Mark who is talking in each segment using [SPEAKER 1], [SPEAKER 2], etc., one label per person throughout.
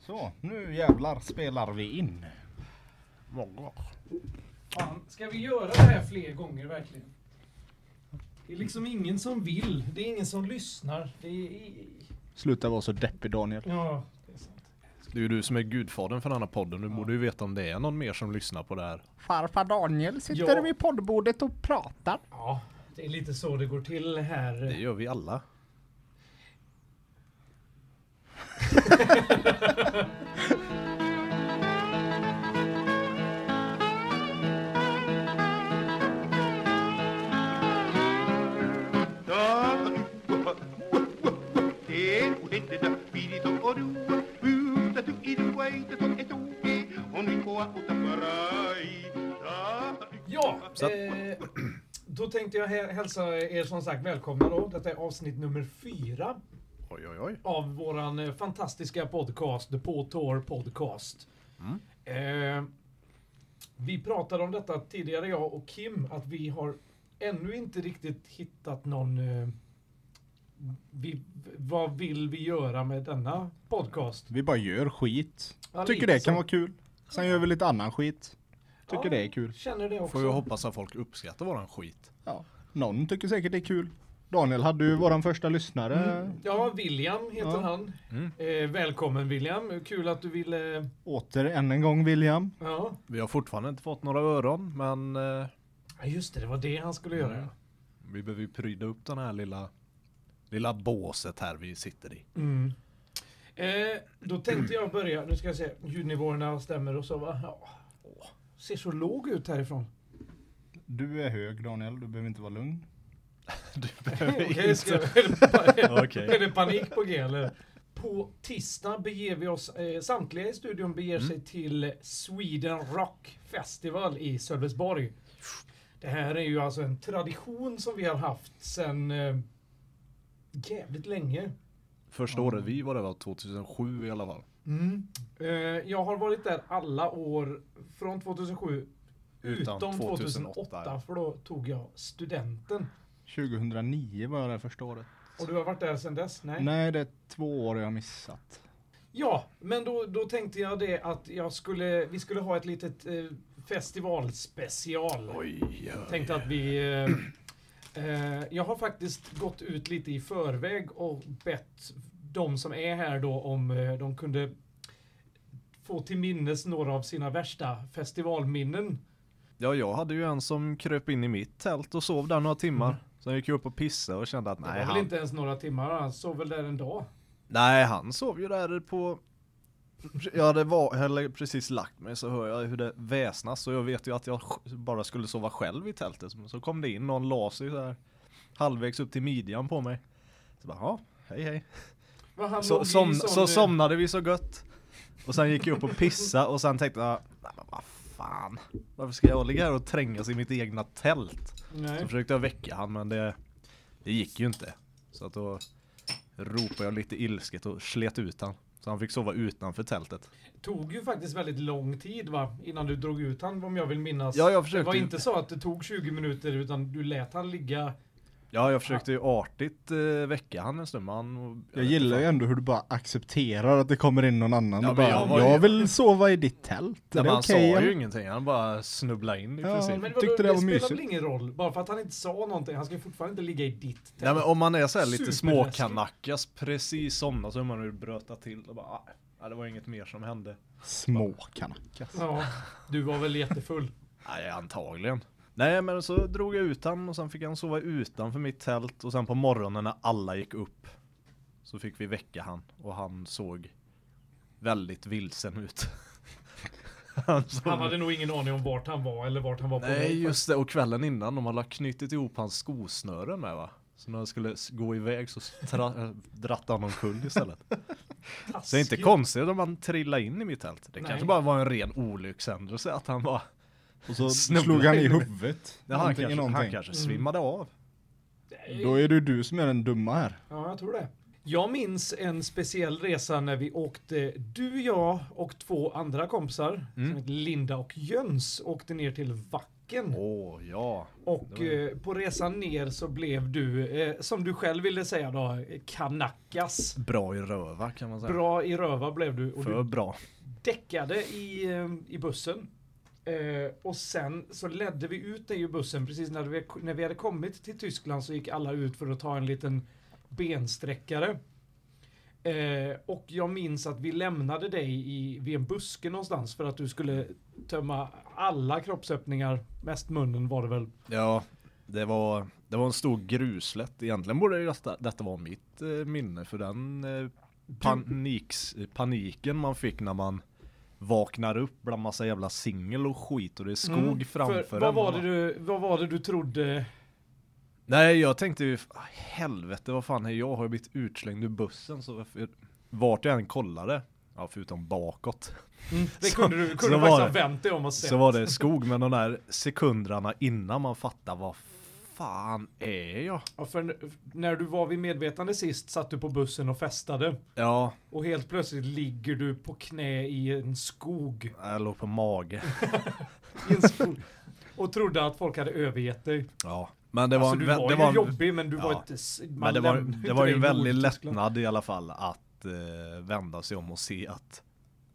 [SPEAKER 1] Så, nu jävlar spelar vi in.
[SPEAKER 2] Fan, ska vi göra det här fler gånger verkligen? Det är liksom ingen som vill. Det är ingen som lyssnar. Det är...
[SPEAKER 1] Sluta vara så deppig Daniel.
[SPEAKER 2] Ja, det är sant.
[SPEAKER 3] Det är ju du som är gudfadern för den här podden. Du borde ju veta om det är någon mer som lyssnar på det här.
[SPEAKER 1] Farfar Daniel
[SPEAKER 2] sitter Ja. vid
[SPEAKER 1] poddbordet och pratar.
[SPEAKER 2] Ja, det är lite så det går till
[SPEAKER 3] Det
[SPEAKER 2] här.
[SPEAKER 3] gör vi alla.
[SPEAKER 2] Ja,
[SPEAKER 3] Så att-
[SPEAKER 2] eh, då tänkte jag hä- hälsa er som sagt välkomna då. Detta är avsnitt nummer fyra
[SPEAKER 3] Oj, oj, oj.
[SPEAKER 2] av våran eh, fantastiska podcast, The På Tour Podcast.
[SPEAKER 3] Mm.
[SPEAKER 2] Eh, vi pratade om detta tidigare, jag och Kim, att vi har ännu inte riktigt hittat någon... Eh, vi, vad vill vi göra med denna podcast?
[SPEAKER 1] Vi bara gör skit.
[SPEAKER 2] Ja,
[SPEAKER 1] Tycker
[SPEAKER 2] lite
[SPEAKER 1] det
[SPEAKER 2] så.
[SPEAKER 1] kan vara kul. Sen gör vi lite annan skit. Tycker
[SPEAKER 2] Ja.
[SPEAKER 1] det är kul.
[SPEAKER 2] Känner det också.
[SPEAKER 3] Får ju hoppas att folk uppskattar våran skit.
[SPEAKER 1] Ja. Någon tycker säkert det är kul. Daniel hade ju våran första lyssnare.
[SPEAKER 2] Ja, William heter
[SPEAKER 1] Ja.
[SPEAKER 2] han. Eh, välkommen William, kul att du ville...
[SPEAKER 1] Åter än en gång William.
[SPEAKER 2] Ja,
[SPEAKER 3] Vi har fortfarande inte fått några öron, men eh,
[SPEAKER 2] Ja, just det, det var det han skulle göra. ja.
[SPEAKER 3] vi behöver ju pryda upp den här lilla, lilla båset här vi sitter i.
[SPEAKER 2] Mm. Eh, då tänkte jag börja, nu ska jag se, ljudnivåerna stämmer och så va? Ja. Åh, Ser så låg ut härifrån.
[SPEAKER 1] Du är hög Daniel, du behöver inte vara lugn.
[SPEAKER 3] Du behöver
[SPEAKER 2] Okej, ska,
[SPEAKER 3] inte...
[SPEAKER 2] är, det, pa-
[SPEAKER 3] Okej.
[SPEAKER 2] är det panik på g eller? På tisdag beger vi oss, eh, samtliga i studion beger
[SPEAKER 3] Mm.
[SPEAKER 2] sig till Sweden Rock Festival i Sölvesborg. Det här är ju alltså en tradition som vi har haft sedan eh, jävligt länge.
[SPEAKER 3] Första året vi var där var 2007 i alla fall.
[SPEAKER 2] Mm. Eh, jag har varit där alla år från 2007 utom,
[SPEAKER 3] Utan
[SPEAKER 2] 2008,
[SPEAKER 3] 2008.
[SPEAKER 2] för då tog jag studenten.
[SPEAKER 1] 2009 var jag där första året.
[SPEAKER 2] Och du har varit där sedan dess? Nej.
[SPEAKER 1] Nej, det är två år jag har missat.
[SPEAKER 2] Ja, men då, då tänkte jag det att jag skulle, vi skulle ha ett litet eh, festivalspecial.
[SPEAKER 3] Oj, oj.
[SPEAKER 2] Tänkte att vi... Eh, eh, jag har faktiskt gått ut lite i förväg och bett de som är här då om eh, de kunde få till minnes några av sina värsta festivalminnen.
[SPEAKER 3] Ja, jag hade ju en som kröp in i mitt tält och sov där några timmar. Sen gick jag upp och pissade och kände att
[SPEAKER 2] Mm. Det var
[SPEAKER 3] nej,
[SPEAKER 2] väl
[SPEAKER 3] han,
[SPEAKER 2] inte ens några timmar, han sov väl där en dag.
[SPEAKER 3] Nej, han sov ju där på... Jag hade var, eller precis lagt mig så hör jag hur det väsnas och jag vet ju att jag sj- bara skulle sova själv i tältet. Men Så kom det in någon la sig så här halvvägs upp till midjan på mig. Så bara, ja, hej hej.
[SPEAKER 2] Va, han låg
[SPEAKER 3] Så,
[SPEAKER 2] i
[SPEAKER 3] som,
[SPEAKER 2] sån,
[SPEAKER 3] så
[SPEAKER 2] eh,
[SPEAKER 3] somnade vi så gött. Och sen gick jag upp och pissa och sen tänkte jag, nej men vad fan. Varför ska jag ligga här och trängas i mitt egna tält? Så
[SPEAKER 2] Nej.
[SPEAKER 3] försökte jag väcka han men det, det gick ju inte. Så att då ropade jag lite ilsket och slet ut han. Så han fick sova utanför tältet.
[SPEAKER 2] Tog ju faktiskt väldigt lång tid va, innan du drog ut han om jag vill minnas.
[SPEAKER 3] Ja, jag
[SPEAKER 2] det
[SPEAKER 3] försökte
[SPEAKER 2] var
[SPEAKER 3] ju-
[SPEAKER 2] inte så att det tog 20 minuter utan du lät han ligga.
[SPEAKER 3] Ja, jag försökte ju artigt eh, väcka han en stund men han...
[SPEAKER 1] Jag gillar ju ändå hur du bara accepterar att det kommer in någon annan
[SPEAKER 3] Ja,
[SPEAKER 1] och bara,
[SPEAKER 3] men
[SPEAKER 1] jag,
[SPEAKER 3] jag var ju-
[SPEAKER 1] vill sova i ditt tält. Är
[SPEAKER 3] Nej,
[SPEAKER 1] det
[SPEAKER 3] men han
[SPEAKER 1] okej,
[SPEAKER 3] sa
[SPEAKER 1] eller?
[SPEAKER 3] ju ingenting, han bara snubblade in i
[SPEAKER 1] Ja,
[SPEAKER 3] princip.
[SPEAKER 2] Men vadå,
[SPEAKER 1] Tyckte det
[SPEAKER 2] det
[SPEAKER 1] var
[SPEAKER 2] spelar väl
[SPEAKER 1] mysigt.
[SPEAKER 2] ingen roll? Bara för att han inte sa någonting, han ska ju fortfarande inte ligga i ditt tält.
[SPEAKER 3] Nej men om man är så här lite
[SPEAKER 2] Superläskigt.
[SPEAKER 3] småkanackas, precis somnat så är man ju bröta till och bara "Ah, nej, det var inget mer som hände.
[SPEAKER 1] Små kanackas.
[SPEAKER 2] Ja, du var väl jättefull.
[SPEAKER 3] Nej, antagligen. Nej, men så drog jag ut han och sen fick han sova utanför mitt tält och sen på morgonen när alla gick upp så fick vi väcka han och han såg väldigt vilsen ut. han såg...
[SPEAKER 2] Han hade nog ingen aning om vart han var eller vart han var på väg.
[SPEAKER 3] Nej, just det. Och kvällen innan, de hade knutit ihop hans skosnören med va? Så när han skulle s- gå iväg så tra- äh, drattade han omkull istället.
[SPEAKER 2] Taskigt.
[SPEAKER 3] Så det är inte konstigt om han trillade in i mitt tält. Det
[SPEAKER 2] Nej.
[SPEAKER 3] kanske bara var en ren olyckshändelse att han var...
[SPEAKER 1] Och så
[SPEAKER 3] Snubblar
[SPEAKER 1] slog han i
[SPEAKER 3] in i-
[SPEAKER 1] huvudet.
[SPEAKER 3] Ja, han,
[SPEAKER 1] Någonting i
[SPEAKER 3] kanske, han
[SPEAKER 1] någonting.
[SPEAKER 3] kanske
[SPEAKER 2] Mm.
[SPEAKER 3] svimmade av.
[SPEAKER 2] Nej.
[SPEAKER 1] Då är det ju du som är den dumma här.
[SPEAKER 2] Ja, jag tror det. Jag minns en speciell resa när vi åkte, du,
[SPEAKER 1] Mm.
[SPEAKER 2] jag och två andra kompisar, som heter Linda och Jöns, åkte ner till Vacker Tjeckien.
[SPEAKER 3] Åh, ja.
[SPEAKER 2] Och
[SPEAKER 3] det
[SPEAKER 2] eh, på resan ner så blev du, eh, som du själv ville säga då, eh, kanackas.
[SPEAKER 3] Bra i röva kan man säga.
[SPEAKER 2] Bra i röva blev du och
[SPEAKER 3] För
[SPEAKER 2] du
[SPEAKER 3] bra.
[SPEAKER 2] däckade i, eh, i bussen. Eh, och sen så ledde vi ut dig ur bussen precis när vi, när vi hade kommit till Tyskland så gick alla ut för att ta en liten bensträckare. Eh, och jag minns att vi lämnade dig i, vid en buske någonstans för att du skulle tömma alla kroppsöppningar, mest munnen var det väl.
[SPEAKER 3] Ja, det var, det var en stor gruslätt. Egentligen borde ju detta, detta vara mitt eh, minne för den eh, paniks, paniken man fick när man vaknar upp bland massa jävla singel och skit och det är skog framför
[SPEAKER 2] Mm, För,
[SPEAKER 3] en.
[SPEAKER 2] vad, var
[SPEAKER 3] Man
[SPEAKER 2] det
[SPEAKER 3] bara,
[SPEAKER 2] du, vad var det du trodde?
[SPEAKER 3] Nej, jag tänkte ju, "Ah, helvete vad fan är jag? Har jag blivit utslängd ur bussen? Så varför- vart jag än kollade, ja förutom bakåt,
[SPEAKER 2] Det
[SPEAKER 3] Så-
[SPEAKER 2] kunde du
[SPEAKER 3] så
[SPEAKER 2] kunde du
[SPEAKER 3] var
[SPEAKER 2] faktiskt ha
[SPEAKER 3] det.
[SPEAKER 2] vänt dig om och sett.
[SPEAKER 3] så var det skog. Men de där sekunderna innan man fattar vad fan är jag?
[SPEAKER 2] Ja, för n- när du var vid medvetande sist satt du på bussen och festade.
[SPEAKER 3] Ja,
[SPEAKER 2] Och helt plötsligt ligger du på knä i en skog.
[SPEAKER 3] jag låg på mage.
[SPEAKER 2] I en skog och trodde att folk hade övergett dig.
[SPEAKER 3] Ja, men det var,
[SPEAKER 2] alltså,
[SPEAKER 3] en
[SPEAKER 2] du
[SPEAKER 3] vä-
[SPEAKER 2] var
[SPEAKER 3] det
[SPEAKER 2] ju
[SPEAKER 3] var en-
[SPEAKER 2] jobbig men du var
[SPEAKER 3] ja.
[SPEAKER 2] inte... s- man
[SPEAKER 3] men det var,
[SPEAKER 2] lämnade
[SPEAKER 3] det
[SPEAKER 2] inte
[SPEAKER 3] var
[SPEAKER 2] dig
[SPEAKER 3] ju
[SPEAKER 2] liksom.
[SPEAKER 3] en
[SPEAKER 2] i
[SPEAKER 3] väldig
[SPEAKER 2] ordet, Tyskland.
[SPEAKER 3] lättnad i alla fall att eh, vända sig om och se att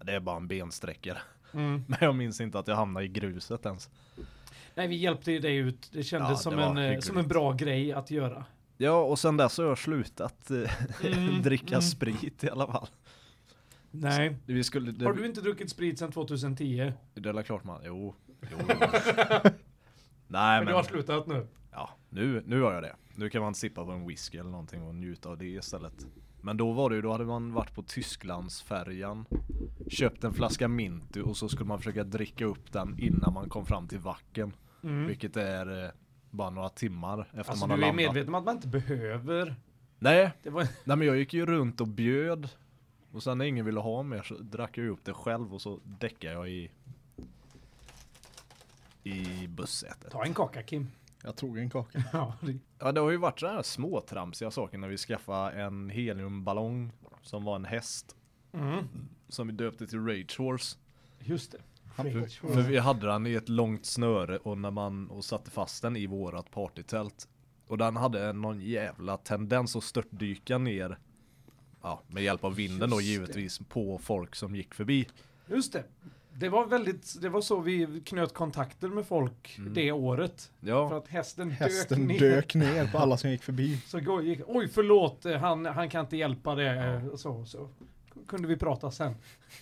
[SPEAKER 3] det är bara en bensträckare.
[SPEAKER 2] Mm.
[SPEAKER 3] Men jag minns inte att jag hamnade i gruset ens.
[SPEAKER 2] Nej, vi hjälpte ju dig ut. Det kändes
[SPEAKER 3] Ja, det
[SPEAKER 2] som,
[SPEAKER 3] var
[SPEAKER 2] en, eh,
[SPEAKER 3] hyggligt.
[SPEAKER 2] som en bra grej att göra.
[SPEAKER 3] Ja, och sen dess har jag slutat eh,
[SPEAKER 2] Mm,
[SPEAKER 3] dricka
[SPEAKER 2] mm.
[SPEAKER 3] sprit i alla fall.
[SPEAKER 2] Nej.
[SPEAKER 3] Vi skulle, det,
[SPEAKER 2] Har du inte druckit sprit sedan 2010?
[SPEAKER 3] det är väl klart man, jo. jo. Nej
[SPEAKER 2] Men du har
[SPEAKER 3] men,
[SPEAKER 2] slutat nu.
[SPEAKER 3] ja, nu, nu har jag det. Nu kan man sippa på en whisky eller någonting och njuta av det istället. Men då var det ju, då hade man varit på Tysklandsfärjan, köpt en flaska Mintu och så skulle man försöka dricka upp den innan man kom fram till Vacken.
[SPEAKER 2] Mm.
[SPEAKER 3] Vilket är eh, bara några timmar efter
[SPEAKER 2] Alltså
[SPEAKER 3] man
[SPEAKER 2] du
[SPEAKER 3] har
[SPEAKER 2] är
[SPEAKER 3] landat.
[SPEAKER 2] medveten om att man inte behöver.
[SPEAKER 3] Nej,
[SPEAKER 2] Det var,
[SPEAKER 3] nej men jag gick ju runt och bjöd. Och sen när ingen ville ha mer så drack jag ju upp det själv och så däckade jag i i bussätet.
[SPEAKER 2] ta en kaka Kim.
[SPEAKER 1] Jag tog en kaka.
[SPEAKER 2] Ja, det-
[SPEAKER 3] Ja det har ju varit sådana här små tramsiga saker när vi skaffade en heliumballong som var en häst
[SPEAKER 2] mm.
[SPEAKER 3] som vi döpte till Rage Horse.
[SPEAKER 2] Just det. Mm.
[SPEAKER 3] För vi hade den i ett långt snöre och när man och satte fast den i vårat partytält. Och den hade någon jävla tendens att störtdyka ner. Ja, med hjälp av vinden då
[SPEAKER 2] Just det.
[SPEAKER 3] givetvis på folk som gick förbi.
[SPEAKER 2] Just det. Det var väldigt, det var så vi knöt kontakter med folk
[SPEAKER 3] Mm.
[SPEAKER 2] det året. För
[SPEAKER 3] Ja,
[SPEAKER 2] att hästen,
[SPEAKER 1] Hästen
[SPEAKER 2] dök ner.
[SPEAKER 1] dök ner på alla som gick förbi.
[SPEAKER 2] Så gå- gick, oj förlåt, eh, han, han kan inte hjälpa det. eh, och Så, så kunde vi prata sen.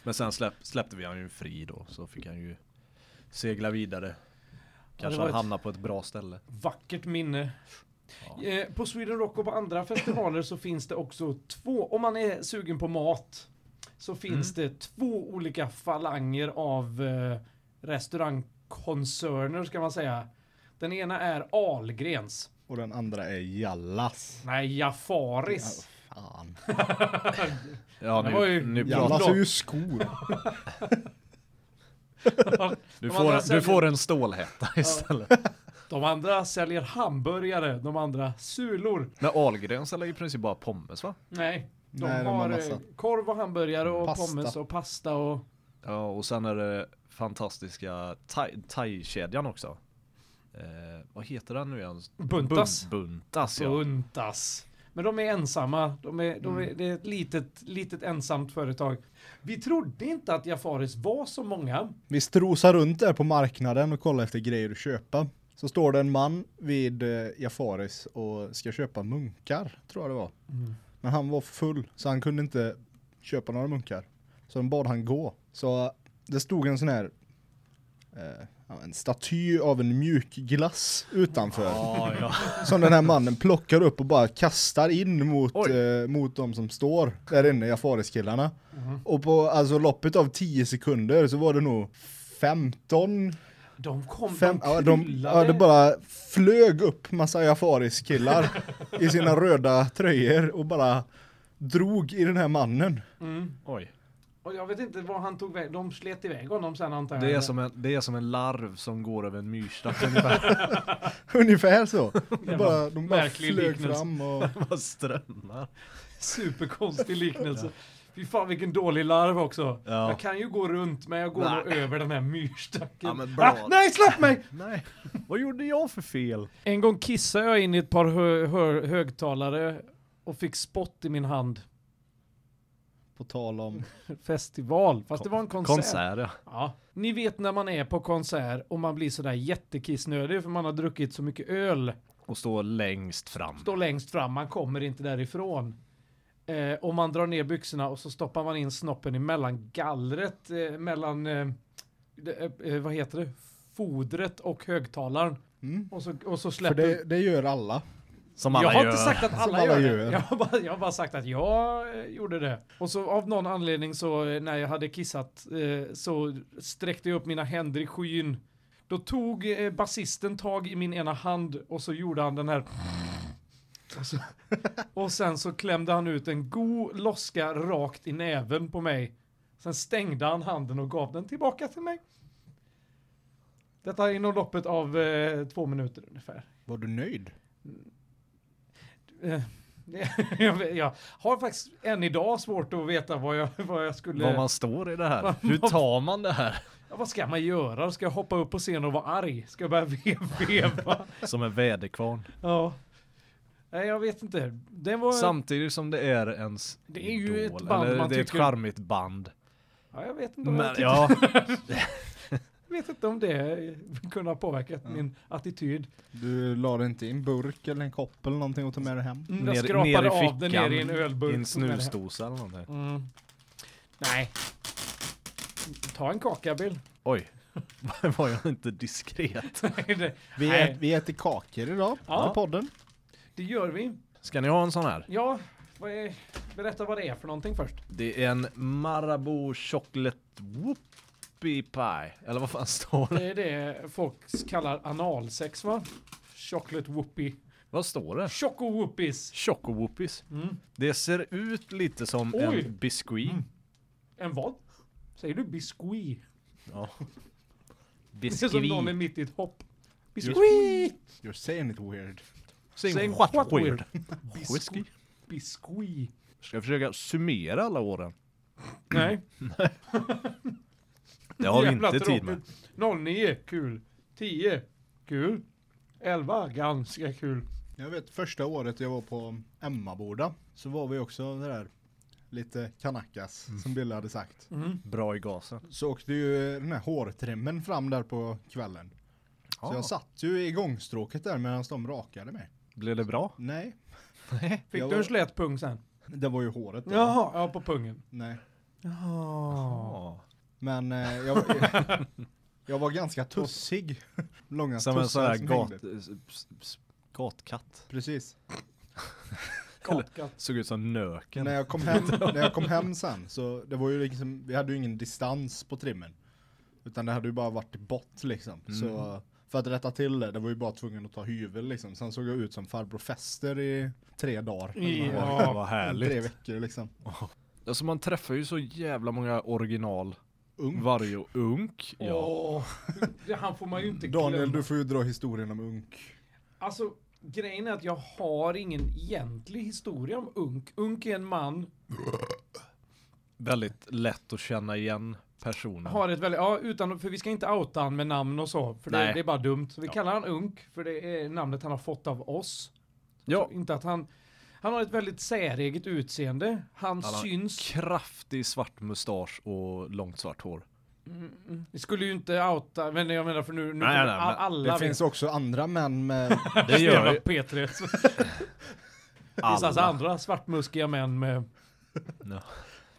[SPEAKER 3] men sen släpp, släppte vi han ju fri då så fick han ju segla vidare. Kanske
[SPEAKER 2] var
[SPEAKER 3] han
[SPEAKER 2] ett-
[SPEAKER 3] hamnade på ett bra ställe.
[SPEAKER 2] Vackert minne.
[SPEAKER 3] Ja.
[SPEAKER 2] Eh, På Sweden Rock och på andra festivaler så finns det också två, om man är sugen på mat, så finns
[SPEAKER 1] Mm.
[SPEAKER 2] det två olika falanger av eh, restaurangkoncerner ska man säga. Den ena är Ahlgrens.
[SPEAKER 1] Och den andra är Jallas.
[SPEAKER 2] Nej, Jafaris.
[SPEAKER 1] Ja, fan.
[SPEAKER 3] Ja,
[SPEAKER 2] Det var
[SPEAKER 3] nu,
[SPEAKER 2] ju-
[SPEAKER 3] nu
[SPEAKER 2] Jävla-
[SPEAKER 3] pratar,
[SPEAKER 1] Jallas är ju skor.
[SPEAKER 3] du,
[SPEAKER 2] de
[SPEAKER 3] får,
[SPEAKER 2] andra
[SPEAKER 3] en-
[SPEAKER 2] säljer-
[SPEAKER 3] du får en stålhätta istället.
[SPEAKER 2] De andra säljer hamburgare, de andra sulor.
[SPEAKER 3] Men Ahlgrens eller i princip bara pommes va?
[SPEAKER 2] Nej, de
[SPEAKER 1] Nej, de har
[SPEAKER 2] har eh,
[SPEAKER 1] massa.
[SPEAKER 2] korv och hamburgare och
[SPEAKER 1] Pasta.
[SPEAKER 2] pommes och pasta och...
[SPEAKER 3] Ja, och sen är det fantastiska thai- thai-kedjan också. Eh, vad heter den nu igen?
[SPEAKER 2] Buntas.
[SPEAKER 3] Bun, buntas, ja. Mm.
[SPEAKER 2] Buntas. Men de är ensamma. De är, de är, Det är ett litet, litet ensamt företag. Vi trodde inte att Jafaris var så många.
[SPEAKER 1] Vi strosar runt där på marknaden och kollar efter grejer att köpa. Så står det en man vid eh, Jafaris och ska köpa munkar, tror jag det var. Men han var full, så han kunde inte köpa några munkar. Så de bad han gå. Så eh, det stod en sån här, eh, ja, en staty av en mjukglass utanför.
[SPEAKER 3] Ja, ja.
[SPEAKER 1] Som den här mannen plockar upp och bara kastar in mot,
[SPEAKER 3] Oj.
[SPEAKER 1] eh, mot de som står där inne, Jafaris-killarna. Och på alltså, loppet av 10 sekunder så var det nog 15,
[SPEAKER 2] De kom,
[SPEAKER 1] fem,
[SPEAKER 2] de
[SPEAKER 1] ja, de,
[SPEAKER 2] kryllade.
[SPEAKER 1] ja, det bara flög upp massa Jafaris-killar i sina röda tröjor och bara drog i den här mannen.
[SPEAKER 2] mm.
[SPEAKER 3] Oj.
[SPEAKER 2] Och jag vet inte vad han tog väg. De slet iväg honom sen antar jag.
[SPEAKER 3] Det är, som en, det är som en larv som går över en myrstack ungefär.
[SPEAKER 1] Ungefär så. De bara, de bara
[SPEAKER 2] märklig
[SPEAKER 1] flög
[SPEAKER 2] liknelse.
[SPEAKER 1] fram och
[SPEAKER 3] Vad strömmar.
[SPEAKER 2] Superkonstig liknelse. Fy fan vilken dålig larv också.
[SPEAKER 3] Ja.
[SPEAKER 2] Jag kan ju gå runt men jag går
[SPEAKER 3] Nej.
[SPEAKER 2] nog över den här myrstacken. Ah,
[SPEAKER 3] Ja, men bra.
[SPEAKER 2] nej släpp mig!
[SPEAKER 3] Nej. Vad gjorde jag för fel?
[SPEAKER 2] En gång kissade jag in i ett par hö- hö- högtalare och fick spott i min hand.
[SPEAKER 1] På tal om...
[SPEAKER 2] Festival, fast det var en konsert.
[SPEAKER 3] Konsert ja.
[SPEAKER 2] Ja. Ni vet när man är på konsert och man blir sådär jättekissnödig för man har druckit så mycket öl.
[SPEAKER 3] Och stå längst fram.
[SPEAKER 2] Står längst fram, man kommer inte därifrån. Eh, och man drar ner byxorna och så stoppar man in snoppen i mellan gallret, eh, mellan, eh, det- eh, vad heter det, fodret och högtalaren.
[SPEAKER 1] Mm.
[SPEAKER 2] Och så, och så
[SPEAKER 1] För
[SPEAKER 2] släpper...
[SPEAKER 1] det, det gör alla.
[SPEAKER 3] Som
[SPEAKER 2] Jag
[SPEAKER 3] alla
[SPEAKER 2] har
[SPEAKER 3] gör.
[SPEAKER 2] inte sagt att
[SPEAKER 1] Som
[SPEAKER 2] alla,
[SPEAKER 1] alla
[SPEAKER 2] gör, det.
[SPEAKER 1] gör.
[SPEAKER 2] Jag, har bara, jag har bara sagt att jag eh, gjorde det. Och så av någon anledning så eh, när jag hade kissat eh, så sträckte jag upp mina händer i skyn. Då tog eh, basisten tag i min ena hand och så gjorde han den här och, så, och sen så klämde han ut en god loska rakt i näven på mig. Sen stängde han handen och gav den tillbaka till mig. Detta inom loppet av eh, två minuter ungefär.
[SPEAKER 1] Var du nöjd?
[SPEAKER 2] Eh, jag, vet- jag har faktiskt än idag svårt att veta vad jag, vad jag skulle...
[SPEAKER 3] Var man står i det här. Hur tar man det här?
[SPEAKER 2] Ja, vad ska man göra? Ska jag hoppa upp på scen och vara arg? Ska jag börja ve- veva?
[SPEAKER 3] Som en väderkvarn.
[SPEAKER 2] ja. Nej, jag vet inte. Det var...
[SPEAKER 3] Samtidigt som det är ens
[SPEAKER 2] Det är ju
[SPEAKER 3] idol,
[SPEAKER 2] ett band
[SPEAKER 3] eller
[SPEAKER 2] man
[SPEAKER 3] det är ett
[SPEAKER 2] tycker- typ
[SPEAKER 3] charmigt band.
[SPEAKER 2] ja, jag vet inte, om
[SPEAKER 3] Men,
[SPEAKER 2] jag tyckte-
[SPEAKER 3] ja,
[SPEAKER 2] vet inte om det kunde ha påverkat min attityd.
[SPEAKER 1] Du la det inte i en burk eller en kopp eller någonting och tog med dig hem?
[SPEAKER 2] Mm,
[SPEAKER 3] ner,
[SPEAKER 2] jag
[SPEAKER 3] ner
[SPEAKER 2] skrapade
[SPEAKER 3] i
[SPEAKER 2] av
[SPEAKER 3] fickan.
[SPEAKER 2] den ner i en ölburk.
[SPEAKER 3] I en
[SPEAKER 2] och med det här.
[SPEAKER 3] snusdosa eller någonting.
[SPEAKER 2] Mm. Nej. Ta en kaka, Bill.
[SPEAKER 3] Oj, var jag inte diskret?
[SPEAKER 2] det,
[SPEAKER 1] Vi,
[SPEAKER 2] Nej.
[SPEAKER 1] ät, vi äter kakor idag
[SPEAKER 2] Ja.
[SPEAKER 1] i podden.
[SPEAKER 2] det gör vi.
[SPEAKER 3] Ska ni ha en sån här?
[SPEAKER 2] Ja, vad är, berätta vad det är för någonting först.
[SPEAKER 3] Det är en Marabou chocolate whoopie pie. Eller vad fan står det?
[SPEAKER 2] Det är det folk kallar analsex va? Chocolate whoopie.
[SPEAKER 3] Vad står det?
[SPEAKER 2] Choco whoopies.
[SPEAKER 3] Choco whoopies.
[SPEAKER 2] Mm.
[SPEAKER 3] Det ser ut lite som
[SPEAKER 2] Oj. Mm.
[SPEAKER 3] en biscuit.
[SPEAKER 2] En vad? Säger du biscuit?
[SPEAKER 3] Ja.
[SPEAKER 2] Det är som någon är mitt i ett hopp. Biscuit!
[SPEAKER 1] Biscuit. You're saying it weird.
[SPEAKER 3] Saying
[SPEAKER 2] Saying
[SPEAKER 3] what,
[SPEAKER 2] what
[SPEAKER 3] weird. Whisky.
[SPEAKER 2] Biscuit. Biscuit.
[SPEAKER 3] Ska jag försöka summera alla åren?
[SPEAKER 2] Nej.
[SPEAKER 3] Det har vi
[SPEAKER 2] jävla
[SPEAKER 3] inte tid med.
[SPEAKER 2] tråkigt. 09, kul. 10, kul. 11, ganska kul.
[SPEAKER 1] Jag vet första året jag var på Emmaboda så var vi också det där lite kanakas som Bill hade sagt.
[SPEAKER 2] Mm.
[SPEAKER 3] Bra i gasen.
[SPEAKER 1] Så åkte ju den här hårtrimmen fram där på kvällen. Så jag satt ju i gångstråket där medan de rakade mig.
[SPEAKER 3] Blev det bra?
[SPEAKER 1] Nej,
[SPEAKER 2] Fick
[SPEAKER 1] Jag
[SPEAKER 2] du en
[SPEAKER 1] var-
[SPEAKER 2] slät pung sen?
[SPEAKER 1] det var ju håret. då.
[SPEAKER 2] Jaha, ja på pungen.
[SPEAKER 1] Nej.
[SPEAKER 2] Jaha.
[SPEAKER 3] Ja.
[SPEAKER 1] Men eh, jag, var, jag var ganska tussig. Långa
[SPEAKER 3] Som en sån
[SPEAKER 1] tussar
[SPEAKER 3] här
[SPEAKER 1] som
[SPEAKER 3] gat,
[SPEAKER 1] hängde.
[SPEAKER 3] s- s- s- gatkatt.
[SPEAKER 1] Precis.
[SPEAKER 2] Kakat.
[SPEAKER 3] Såg ut som nöken.
[SPEAKER 1] När jag kom hem, när jag kom hem sen så det var ju liksom, vi hade ju ingen distans på trimmen. Utan det hade ju bara varit i bott liksom.
[SPEAKER 3] Mm.
[SPEAKER 1] Så för att rätta till det, det var ju bara tvungen att ta hyvel liksom. Sen såg jag ut som farbror Fester i tre dagar. eller vad det var.
[SPEAKER 2] Ja,
[SPEAKER 3] Vad
[SPEAKER 1] Tre
[SPEAKER 3] härligt.
[SPEAKER 1] veckor liksom.
[SPEAKER 3] Alltså man träffar ju så jävla många original
[SPEAKER 1] Ung.
[SPEAKER 3] varje unk. Ja.
[SPEAKER 2] Åh, det- han får man ju inte
[SPEAKER 1] Daniel,
[SPEAKER 2] glömma.
[SPEAKER 1] du får ju dra historien om Unk.
[SPEAKER 2] Alltså, grejen är att jag har ingen egentlig historia om Unk. Unk är en man,
[SPEAKER 3] Väldigt lätt att känna igen personen.
[SPEAKER 2] har ett väldigt, ja utan, för vi ska inte outa han med namn och så, för det,
[SPEAKER 3] Nej.
[SPEAKER 2] det är bara dumt. Så vi
[SPEAKER 3] Ja.
[SPEAKER 2] kallar han Unk, för det är namnet han har fått av oss.
[SPEAKER 3] Ja.
[SPEAKER 2] Så Inte att han, han har ett väldigt säreget utseende. Han
[SPEAKER 3] Han har
[SPEAKER 2] syns,
[SPEAKER 3] Kraftig svart mustasch och långt svart hår.
[SPEAKER 2] vi skulle ju inte outa, men jag menar för nu, nu
[SPEAKER 3] Nej,
[SPEAKER 2] kommer
[SPEAKER 3] nej,
[SPEAKER 2] all-
[SPEAKER 3] men
[SPEAKER 2] alla
[SPEAKER 1] Det
[SPEAKER 2] vet.
[SPEAKER 1] finns också andra män med,
[SPEAKER 3] Det gör ju
[SPEAKER 2] P3. Vissa
[SPEAKER 3] alla.
[SPEAKER 2] andra svartmuskiga män med
[SPEAKER 3] Ja.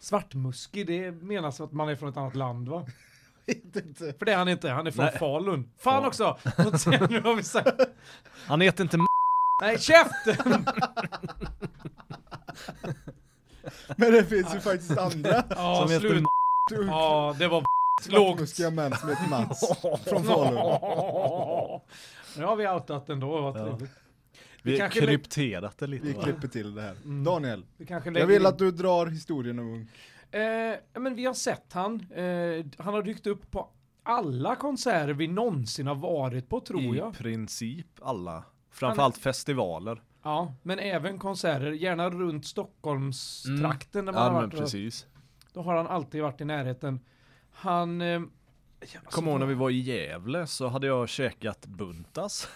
[SPEAKER 2] Svartmuskig, det menas att man är från ett annat land va?
[SPEAKER 1] vet inte.
[SPEAKER 2] För det är han inte, han är från
[SPEAKER 3] Nej.
[SPEAKER 2] Falun. Fan
[SPEAKER 3] Ja.
[SPEAKER 2] också! Något sen, nu har vi sagt.
[SPEAKER 3] Han heter inte
[SPEAKER 2] Nej, käften!
[SPEAKER 1] Men det finns ju faktiskt andra
[SPEAKER 2] Ja,
[SPEAKER 3] Som heter
[SPEAKER 2] slut. Ja, det var lågt.
[SPEAKER 1] svartmuskiga män som heter Mats. Från Falun.
[SPEAKER 2] Nu har vi outat ändå, vad
[SPEAKER 3] Ja.
[SPEAKER 2] trevligt. Vi
[SPEAKER 3] Vi har
[SPEAKER 2] kanske lä-
[SPEAKER 3] krypterat det lite
[SPEAKER 1] Vi
[SPEAKER 3] va?
[SPEAKER 1] klipper till det
[SPEAKER 2] Mm.
[SPEAKER 1] här. Daniel,
[SPEAKER 2] Vi kanske lägger
[SPEAKER 1] jag vill
[SPEAKER 2] in-
[SPEAKER 1] att du drar historien om Unk.
[SPEAKER 2] Eh, ja, men vi har sett han. Eh, han har dykt upp på alla konserter vi någonsin har varit på tror
[SPEAKER 3] I
[SPEAKER 2] jag.
[SPEAKER 3] princip alla. Framförallt festivaler.
[SPEAKER 2] Ja, Ja, men även konserter, gärna runt Stockholmstrakten där man
[SPEAKER 3] Mm. Ja
[SPEAKER 2] har
[SPEAKER 3] men
[SPEAKER 2] varit. och-
[SPEAKER 3] precis.
[SPEAKER 2] Då har han alltid varit i närheten. Han... Eh, ja, alltså,
[SPEAKER 3] Kommer ihåg när vi var i Gävle så hade jag käkat buntas.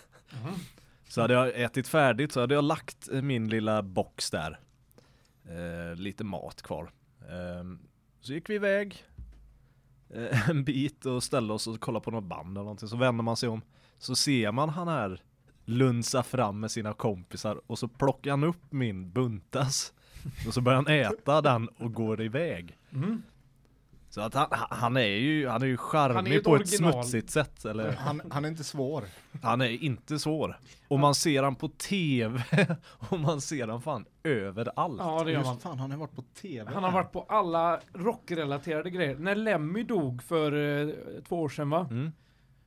[SPEAKER 2] Mhm.
[SPEAKER 3] Så hade jag ätit färdigt så hade jag lagt eh, min lilla box där. Eh, lite mat kvar. Ehm, så gick vi iväg eh, en bit och ställde oss och kollade på något band eller någonting. Så vänder man sig om. Så ser man han här lunsa fram med sina kompisar och så plockar han upp min buntas. Och så börjar han äta den och går iväg.
[SPEAKER 2] Mm.
[SPEAKER 3] Så att han, han är ju, han är ju
[SPEAKER 2] Han är ju
[SPEAKER 3] charmig
[SPEAKER 2] ett
[SPEAKER 3] på ett
[SPEAKER 2] original.
[SPEAKER 3] smutsigt sätt. Eller?
[SPEAKER 1] Han, han är inte svår.
[SPEAKER 3] Han är inte svår. Och man ser han på tv och man ser han fan överallt.
[SPEAKER 2] Ja, det gör man.
[SPEAKER 1] Just fan, han har varit på tv.
[SPEAKER 2] Han har varit på alla rockrelaterade grejer. När Lemmy dog för eh, två år sedan va?
[SPEAKER 3] Mm.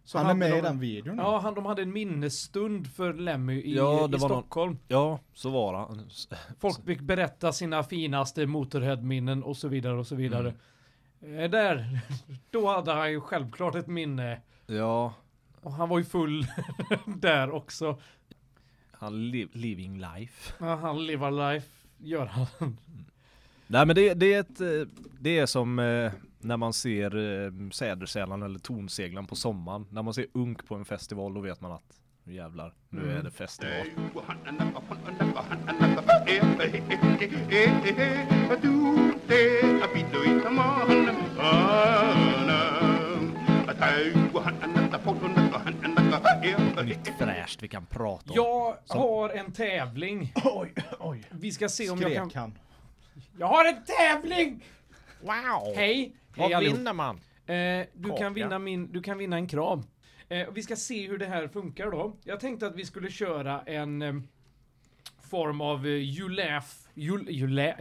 [SPEAKER 2] Så
[SPEAKER 1] han är
[SPEAKER 2] hade
[SPEAKER 1] med
[SPEAKER 2] de,
[SPEAKER 1] i den videon.
[SPEAKER 2] Ja, han, de hade en minnesstund för Lemmy i,
[SPEAKER 3] Ja, det
[SPEAKER 2] i
[SPEAKER 3] var någon-
[SPEAKER 2] Stockholm.
[SPEAKER 3] Ja, så var han.
[SPEAKER 2] Folk fick berätta sina finaste Motorhead-minnen och så vidare och så vidare.
[SPEAKER 3] Mm.
[SPEAKER 2] Eh, där, då hade han ju självklart ett minne.
[SPEAKER 3] Ja,
[SPEAKER 2] Och han var ju full där också.
[SPEAKER 3] han li- living life.
[SPEAKER 2] Ja, han lever life, gör han.
[SPEAKER 3] Nej men det, det, är, ett, eh, det är som eh, när man ser eh, sädersälan eller tornseglan på sommaren. När man ser unk på en festival då vet man att nu jävlar, nu är det festival. Nytt fräscht vi kan prata om.
[SPEAKER 2] Jag har en tävling.
[SPEAKER 1] Oj, oj.
[SPEAKER 2] Vi ska se om jag
[SPEAKER 1] Skrek
[SPEAKER 2] kan...
[SPEAKER 1] han.
[SPEAKER 2] Jag har en tävling!
[SPEAKER 3] Wow!
[SPEAKER 2] Hej! Hej allihop.
[SPEAKER 3] man?
[SPEAKER 2] Eh, du,
[SPEAKER 3] Kaka.
[SPEAKER 2] kan vinna min, du kan vinna en kram. Eh, och vi ska se hur det här funkar då. Jag tänkte att vi skulle köra en eh, form av eh, you laugh, you, you, la,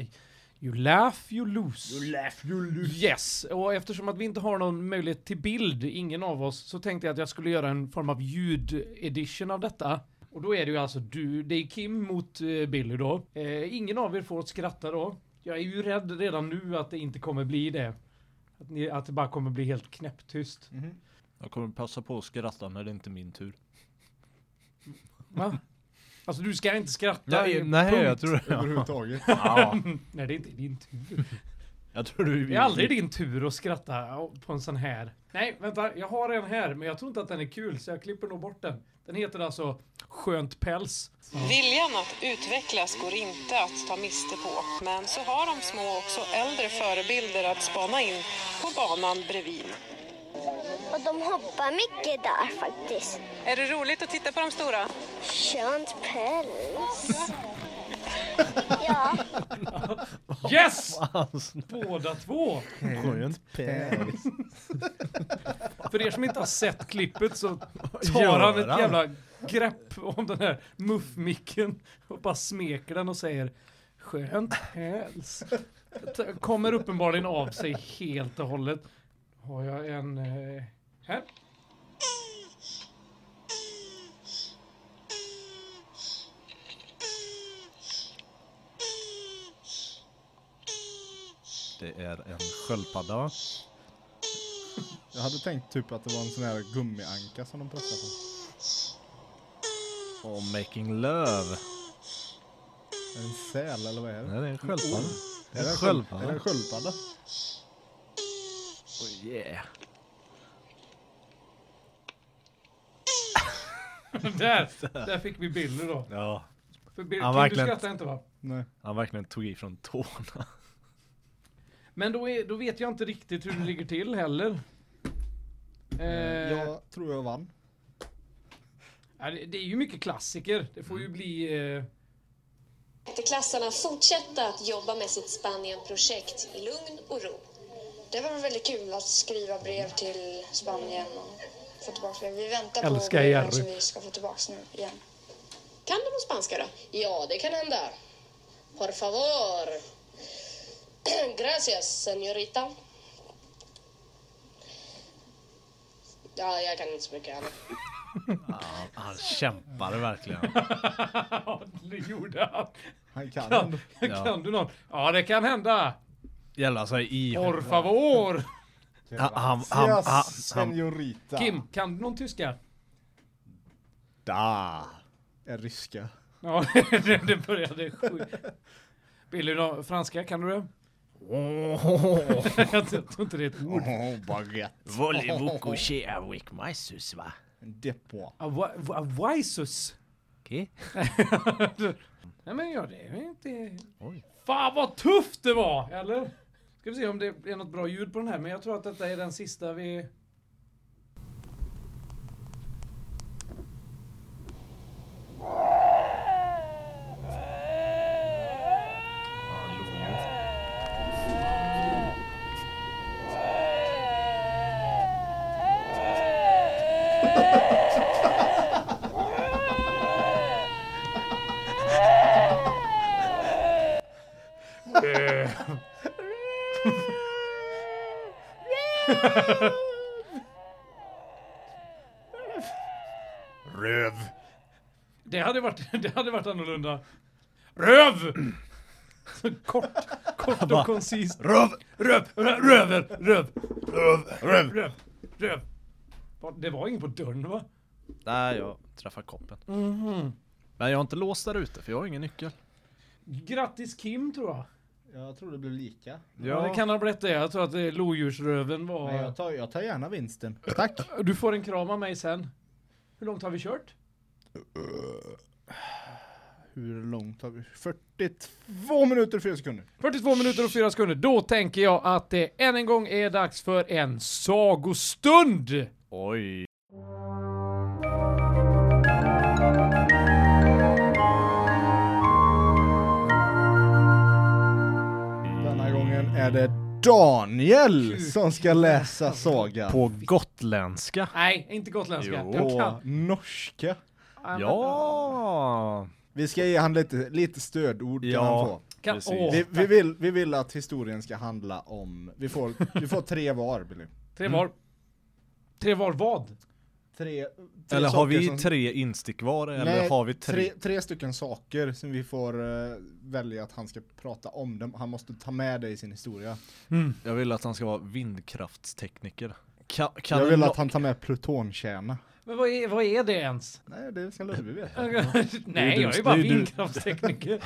[SPEAKER 2] you laugh, you lose.
[SPEAKER 1] laugh, you lose.
[SPEAKER 2] Yes, och eftersom att vi inte har någon möjlighet till bild, ingen av oss, så tänkte jag att jag skulle göra en form av ljud-edition av detta. Och då är det ju alltså du, det är Kim mot eh, Billy då. Eh, ingen av er får skratta då. Jag är ju rädd redan nu att det inte kommer bli det. Att, ni, att det bara kommer bli helt knäpptyst.
[SPEAKER 3] Jag kommer passa på att skratta när det inte är min tur.
[SPEAKER 2] Va? Alltså du ska inte skratta. Eh, punkt. Mm.
[SPEAKER 3] tror
[SPEAKER 1] Överhuvudtaget.
[SPEAKER 3] Ja,
[SPEAKER 2] Nej, det är inte din tur.
[SPEAKER 3] jag tror du
[SPEAKER 2] Det är aldrig din tur att skratta på en sån här. Nej, vänta. Jag har en här, men jag tror inte att den är kul, så jag klipper nog bort den. Den heter alltså Skönt päls.
[SPEAKER 4] Viljan att utvecklas går inte att ta miste på. Men så har de små också äldre förebilder att spana in på banan bredvid.
[SPEAKER 5] Och de hoppar mycket där faktiskt.
[SPEAKER 4] Är det roligt att titta på de stora?
[SPEAKER 5] Skönt päls. ja.
[SPEAKER 2] Yes!
[SPEAKER 3] Hans
[SPEAKER 2] Båda två!
[SPEAKER 3] skönt päls.
[SPEAKER 2] För er som inte har sett klippet så
[SPEAKER 3] Gör
[SPEAKER 2] tar han ett
[SPEAKER 3] han?
[SPEAKER 2] jävla grepp om den här muffmicken och bara smeker den och säger Skönt päls. T- Kommer uppenbarligen av sig helt och hållet. Har jag en... eh, Här.
[SPEAKER 3] Det är en sköldpadda.
[SPEAKER 1] Jag hade tänkt typ att det var en sån här gummianka som de pressade på.
[SPEAKER 3] Och making love.
[SPEAKER 1] En säl eller vad är det?
[SPEAKER 3] Nej, det är en sköldpadda.
[SPEAKER 1] Är det en sköld- Är det en sköldpadda?
[SPEAKER 3] Oh yeah.
[SPEAKER 2] Där! Där fick vi Billy då.
[SPEAKER 3] Ja,
[SPEAKER 2] För Birk,
[SPEAKER 3] Ja,
[SPEAKER 2] Kim, du
[SPEAKER 3] verkligen.
[SPEAKER 2] skrattar inte va?
[SPEAKER 1] Nej.
[SPEAKER 3] han verkligen tog ifrån tårna.
[SPEAKER 2] Men då, är, då vet jag inte riktigt hur det ligger till heller. Eh,
[SPEAKER 1] Jag tror jag vann.
[SPEAKER 2] ja, det, det är ju mycket klassiker. Det får ju bli... Eh,
[SPEAKER 6] Efterklassarna fortsätta att jobba med sitt Spanienprojekt i lugn och ro.
[SPEAKER 7] Det var väldigt kul att skriva brev till Spanien och få tillbaka brev. Vi väntar på
[SPEAKER 2] Älskar
[SPEAKER 7] breven
[SPEAKER 2] Jerry.
[SPEAKER 7] som vi ska få tillbaka nu igen.
[SPEAKER 6] Kan du någon spanska då? Ja, det kan hända. Por favor. Gracias, señorita. Ja, jag kan inte så mycket annat.
[SPEAKER 3] Han kämpade verkligen.
[SPEAKER 2] ja, det gjorde han.
[SPEAKER 1] Han kan
[SPEAKER 2] Ja,
[SPEAKER 1] ändå.
[SPEAKER 3] Ja.
[SPEAKER 2] Kan du någon? Ja, det kan hända.
[SPEAKER 3] Jävlar så alltså, i.
[SPEAKER 2] Por favor!
[SPEAKER 3] Han, han, han,
[SPEAKER 1] Ja,
[SPEAKER 3] han, han,
[SPEAKER 1] senorita.
[SPEAKER 2] Kim, kan du någon tyska?
[SPEAKER 1] Da. Är ryska.
[SPEAKER 2] Ja, det, det började sjukt. Billy, då, franska, kan du det? Jag tror inte det är ett ord.
[SPEAKER 1] Oh, baguette.
[SPEAKER 8] Voulez-vous coucher avec moi ce soir?
[SPEAKER 1] Depå.
[SPEAKER 2] Ah, Avaisus.
[SPEAKER 8] Okej.
[SPEAKER 2] Nej men gör det. det. är Inte...
[SPEAKER 8] Oj.
[SPEAKER 2] Fan vad tufft det var! Eller? Ska vi se om det är något bra ljud på den här. Men jag tror att detta är den sista vi...
[SPEAKER 1] Röv.
[SPEAKER 2] Det hade varit, det hade varit annorlunda. Röv! Så kort, kort och koncist.
[SPEAKER 1] Röv.
[SPEAKER 2] Röv, rö- röver, röv,
[SPEAKER 1] Röv. Röv.
[SPEAKER 2] röv, röv. Va, Det var ingen på dörren va?
[SPEAKER 3] Nej, jag träffar koppen. Men jag har inte låst där ute för jag har ingen nyckel.
[SPEAKER 2] Grattis Kim tror jag.
[SPEAKER 1] Jag tror det blev lika.
[SPEAKER 2] Ja, det kan ha blivit det. Jag tror att eh, lodjursröven var...
[SPEAKER 1] Men jag tar, jag tar gärna vinsten. Tack.
[SPEAKER 2] Du får en kram av mig sen. Hur långt har vi kört?
[SPEAKER 1] Hur långt har vi? 42 minuter och 4 sekunder.
[SPEAKER 2] 42 minuter och 4 sekunder. Då tänker jag att det än en gång är dags för en sagostund!
[SPEAKER 3] Oj.
[SPEAKER 1] Denna gången är det Daniel som ska läsa sagan.
[SPEAKER 3] På gotländska.
[SPEAKER 2] Nej, inte gotländska.
[SPEAKER 3] Jo.
[SPEAKER 2] Jag kan.
[SPEAKER 1] norska.
[SPEAKER 3] Ja.
[SPEAKER 1] Vi ska ge han lite, lite stödord
[SPEAKER 3] Ja.
[SPEAKER 1] kan han få.
[SPEAKER 2] kan
[SPEAKER 3] precis.
[SPEAKER 2] åh,
[SPEAKER 1] Vi, vi, vill, vi vill att historien ska handla om, vi får, vi får tre var Billy.
[SPEAKER 2] tre var. Tre var vad?
[SPEAKER 1] Tre, tre
[SPEAKER 3] Eller har
[SPEAKER 1] saker
[SPEAKER 3] vi
[SPEAKER 1] som-
[SPEAKER 3] tre instick var eller
[SPEAKER 1] Nej,
[SPEAKER 3] har vi tre?
[SPEAKER 1] tre? Tre stycken saker som vi får eh, välja att han ska prata om. Dem. Han måste ta med det i sin historia.
[SPEAKER 3] Jag vill att han ska vara vindkraftstekniker. Ka kan
[SPEAKER 1] Jag vill
[SPEAKER 3] en
[SPEAKER 1] att han tar med plutonkärna.
[SPEAKER 2] Men vad är, vad är det ens?
[SPEAKER 1] Nej, det ska Ludvig veta.
[SPEAKER 2] Nej,
[SPEAKER 3] du.
[SPEAKER 2] jag är bara
[SPEAKER 3] Det är ju du.
[SPEAKER 2] vindkraftstekniker.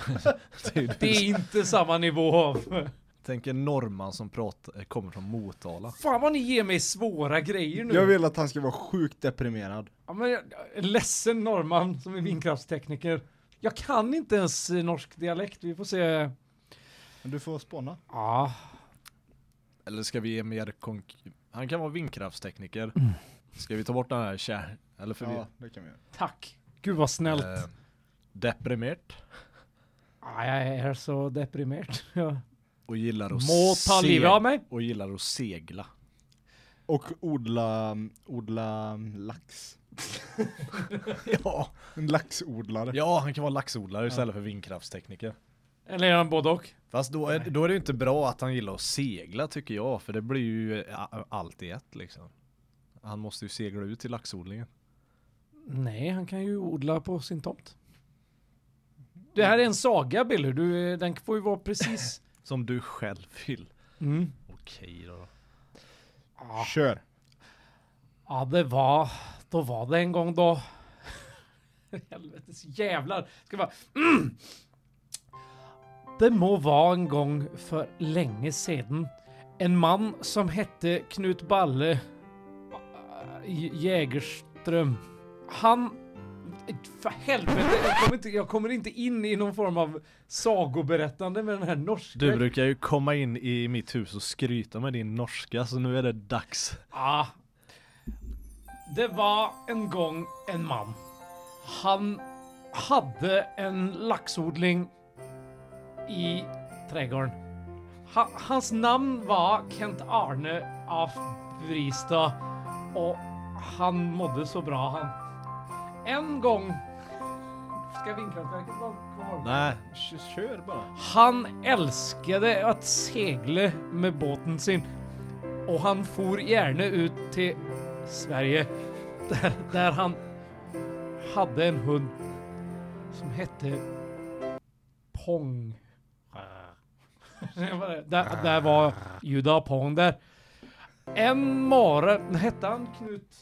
[SPEAKER 3] Det är ju
[SPEAKER 2] Det är inte samma nivå av...
[SPEAKER 3] Tänk en norrman som pratar, kommer från Motala.
[SPEAKER 2] Fan vad ni ger mig svåra grejer nu.
[SPEAKER 1] Jag vill att han ska vara sjukt deprimerad.
[SPEAKER 2] Ja, men jag, en ledsen norrman som är vindkraftstekniker. Jag kan inte ens eh, norsk dialekt. Vi får se.
[SPEAKER 1] Men du får spåna.
[SPEAKER 2] Ja.
[SPEAKER 3] Eller ska vi ge mer konk... Han kan vara vindkraftstekniker.
[SPEAKER 2] Mm.
[SPEAKER 3] Ska vi ta bort den här kär... Eller för
[SPEAKER 1] Ja, det kan vi göra.
[SPEAKER 2] Tack. Gud vad
[SPEAKER 3] vi...
[SPEAKER 2] snällt.
[SPEAKER 3] Eh, deprimerat.
[SPEAKER 2] Ja, jag är så deprimerad. Ja.
[SPEAKER 3] Och gillar att
[SPEAKER 2] Må ta livet av mig.
[SPEAKER 3] Och gillar att segla.
[SPEAKER 1] Och odla, odla lax.
[SPEAKER 3] Ja,
[SPEAKER 1] En laxodlare.
[SPEAKER 3] ja han kan vara laxodlare istället för vindkraftstekniker.
[SPEAKER 2] Eller är han både och?
[SPEAKER 3] Fast då är, då är det ju inte bra att han gillar att segla tycker jag. För det blir ju eh, a- allt i ett liksom. Han måste ju segla ut till laxodlingen.
[SPEAKER 2] Nej, han kan ju odla på sin tomt. Det här är en saga Billy. Du, eh, den får ju vara precis.
[SPEAKER 3] Som du själv vill.
[SPEAKER 2] Mm.
[SPEAKER 3] Okej då.
[SPEAKER 1] Kör.
[SPEAKER 2] Ja, det var. Då var det en gång då. Helvetes jävlar. Ska bara... Mm! Det må vara en gång för länge sedan. En man som hette Knut Balle äh, J- Jägerström. Han... För helvete, jag kommer, inte, jag kommer inte in i någon form av sagoberättande med den här norska.
[SPEAKER 3] Du brukar ju komma in i mitt hus och skryta med din norska så nu är det dags.
[SPEAKER 2] Ja. Det var en gång en man. Han hade en laxodling i trädgården. Ha, hans namn var Kent Arne af Vrista och han mådde så bra han. En gång... Ska vindkraftverket vara kvar?
[SPEAKER 3] Nej,
[SPEAKER 1] Kör bara.
[SPEAKER 2] Han älskade att segla med båten sin och han for gärna ut till Sverige där, där han hade en hund som hette Pong. där, där var Juda Pong där. En morgon, hette han Knut?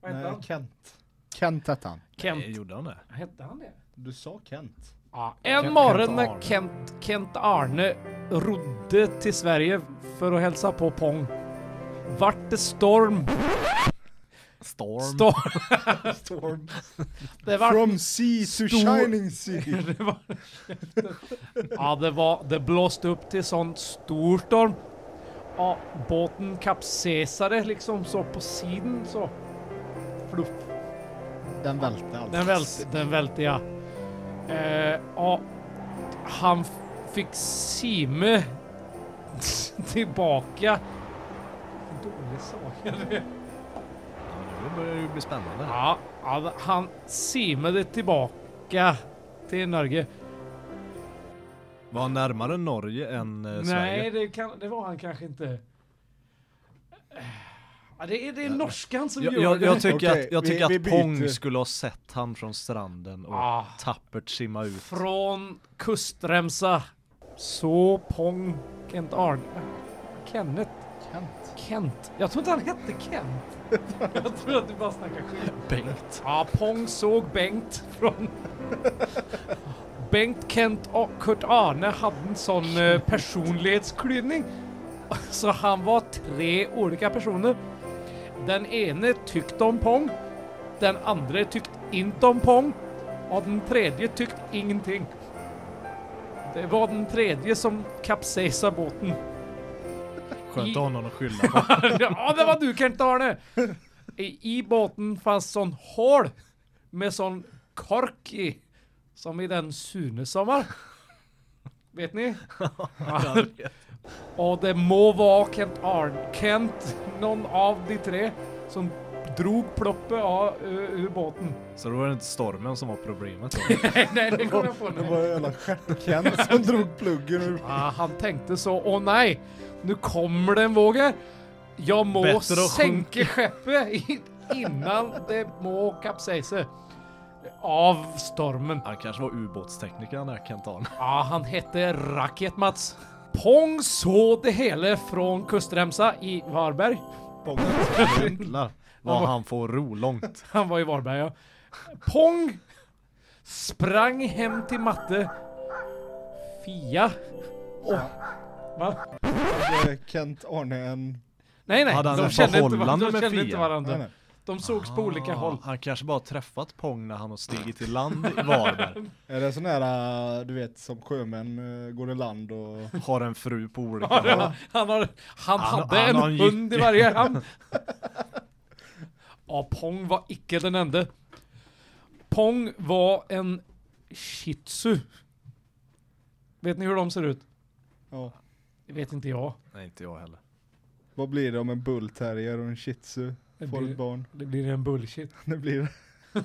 [SPEAKER 2] Vad hette
[SPEAKER 1] Nej,
[SPEAKER 2] han?
[SPEAKER 1] Kent. Kent hette han.
[SPEAKER 2] Kent.
[SPEAKER 3] gjorde han det?
[SPEAKER 2] Hette han det?
[SPEAKER 1] Du sa Kent.
[SPEAKER 2] Ja, en morgon när Kent, Kent Arne rodde till Sverige för att hälsa på Pong. Vart det storm.
[SPEAKER 3] Storm.
[SPEAKER 2] Storm.
[SPEAKER 1] Storm.
[SPEAKER 2] Det vart
[SPEAKER 1] From sea to
[SPEAKER 2] Stor-
[SPEAKER 1] shining sea.
[SPEAKER 2] det var, ja, det var... Det blåste upp till sån stor storm. Ja, båten kapsesade liksom så på sidan så. Fluff.
[SPEAKER 1] Den välte alltså.
[SPEAKER 2] Den välte, den välte ja. Eh, ja. Han f- fick Sime tillbaka. Dålig saga det.
[SPEAKER 3] Nu börjar det ju bli spännande.
[SPEAKER 2] Ja, han- han simmade tillbaka till Norge.
[SPEAKER 3] Var han närmare Norge än eh,
[SPEAKER 2] Nej,
[SPEAKER 3] Sverige?
[SPEAKER 2] det, kan, det var han kanske inte. Ja, det, är, det är norskan som
[SPEAKER 3] Jag,
[SPEAKER 2] gör
[SPEAKER 3] jag,
[SPEAKER 2] det.
[SPEAKER 3] jag tycker
[SPEAKER 1] Okej,
[SPEAKER 3] att, jag
[SPEAKER 1] vi-
[SPEAKER 3] tycker
[SPEAKER 1] vi
[SPEAKER 3] att Pong
[SPEAKER 1] byter.
[SPEAKER 3] skulle ha sett han från stranden och
[SPEAKER 2] Ah.
[SPEAKER 3] tappert simma ut.
[SPEAKER 2] Från kustremsa. Så pong Kent Arne. Kenneth.
[SPEAKER 1] Kent.
[SPEAKER 2] Kent. Jag tror inte han hette Kent. Jag tror att du bara snackar skit.
[SPEAKER 3] Bengt.
[SPEAKER 2] Ja, Pong såg Bengt från... Bengt, Kent och Kurt Arne hade en sån eh, personlighetsklyvning. Så han var tre olika personer. Den ene tyckte om Pong. Den andra tyckte inte om Pong. Och den tredje tyckte ingenting. Det var den tredje som kapsejsade båten.
[SPEAKER 3] Skönt att
[SPEAKER 2] I-
[SPEAKER 3] ha någon att skylla på.
[SPEAKER 2] ja, det var du Kent-Arne! I, I båten fanns sån hål med sån kork i. Som i den Sunesommar. Vet ni? Ja. Och det må vara Kent Arne, Kent, någon av de tre som drog ploppet av, ur, ur båten.
[SPEAKER 3] Så då var det inte stormen som var problemet. då.
[SPEAKER 2] nej, det kom jag på
[SPEAKER 1] Det
[SPEAKER 2] nu.
[SPEAKER 1] var en jävla stjärt-Kent som drog pluggen ur.
[SPEAKER 2] Ah, han tänkte så, åh nej, nu kommer det en våg här. Jag må
[SPEAKER 3] Bättre att
[SPEAKER 2] sänka skeppet i- innan det må kapsejsa. Av stormen.
[SPEAKER 3] Han kanske var ubåtstekniker den här Kentan.
[SPEAKER 2] Ja, han hette Raket Mats. Pong såg det hela från kustremsa i Varberg.
[SPEAKER 3] Jävlar vad han får ro långt.
[SPEAKER 2] Han var i Varberg ja. Pong sprang hem till matte. Fia. Oh. Va?
[SPEAKER 1] Hade eh, Kent Arne en...
[SPEAKER 2] Nej nej,
[SPEAKER 3] Hade han
[SPEAKER 2] de
[SPEAKER 3] ett
[SPEAKER 2] kände, inte, var-
[SPEAKER 3] förhållande
[SPEAKER 2] de
[SPEAKER 3] med
[SPEAKER 2] kände inte
[SPEAKER 3] Fia?
[SPEAKER 2] varandra.
[SPEAKER 1] Nej, nej.
[SPEAKER 2] De sågs på olika håll.
[SPEAKER 3] Ah, Han kanske bara har träffat Pong när han har stigit till land i Varberg.
[SPEAKER 1] Är det sån här, eh, du vet, som sjömän eh, går i land och...
[SPEAKER 3] Har en fru på olika
[SPEAKER 2] Ja, det
[SPEAKER 3] håll.
[SPEAKER 2] var- Han, har, han,
[SPEAKER 3] Han-
[SPEAKER 2] hade
[SPEAKER 3] han
[SPEAKER 2] en
[SPEAKER 3] har en
[SPEAKER 2] hund i
[SPEAKER 3] jycke.
[SPEAKER 2] varje hand. Ja, Pong var icke den enda. Pong var en shih tzu. Vet ni hur de ser ut?
[SPEAKER 1] Ja.
[SPEAKER 2] Det vet inte jag.
[SPEAKER 3] Nej inte jag heller.
[SPEAKER 1] Vad blir det om en bullterrier och en shih tzu
[SPEAKER 2] Det
[SPEAKER 1] får
[SPEAKER 2] blir-
[SPEAKER 1] ett barn?
[SPEAKER 2] Det blir en bullshit.
[SPEAKER 1] Det blir...
[SPEAKER 2] Ja,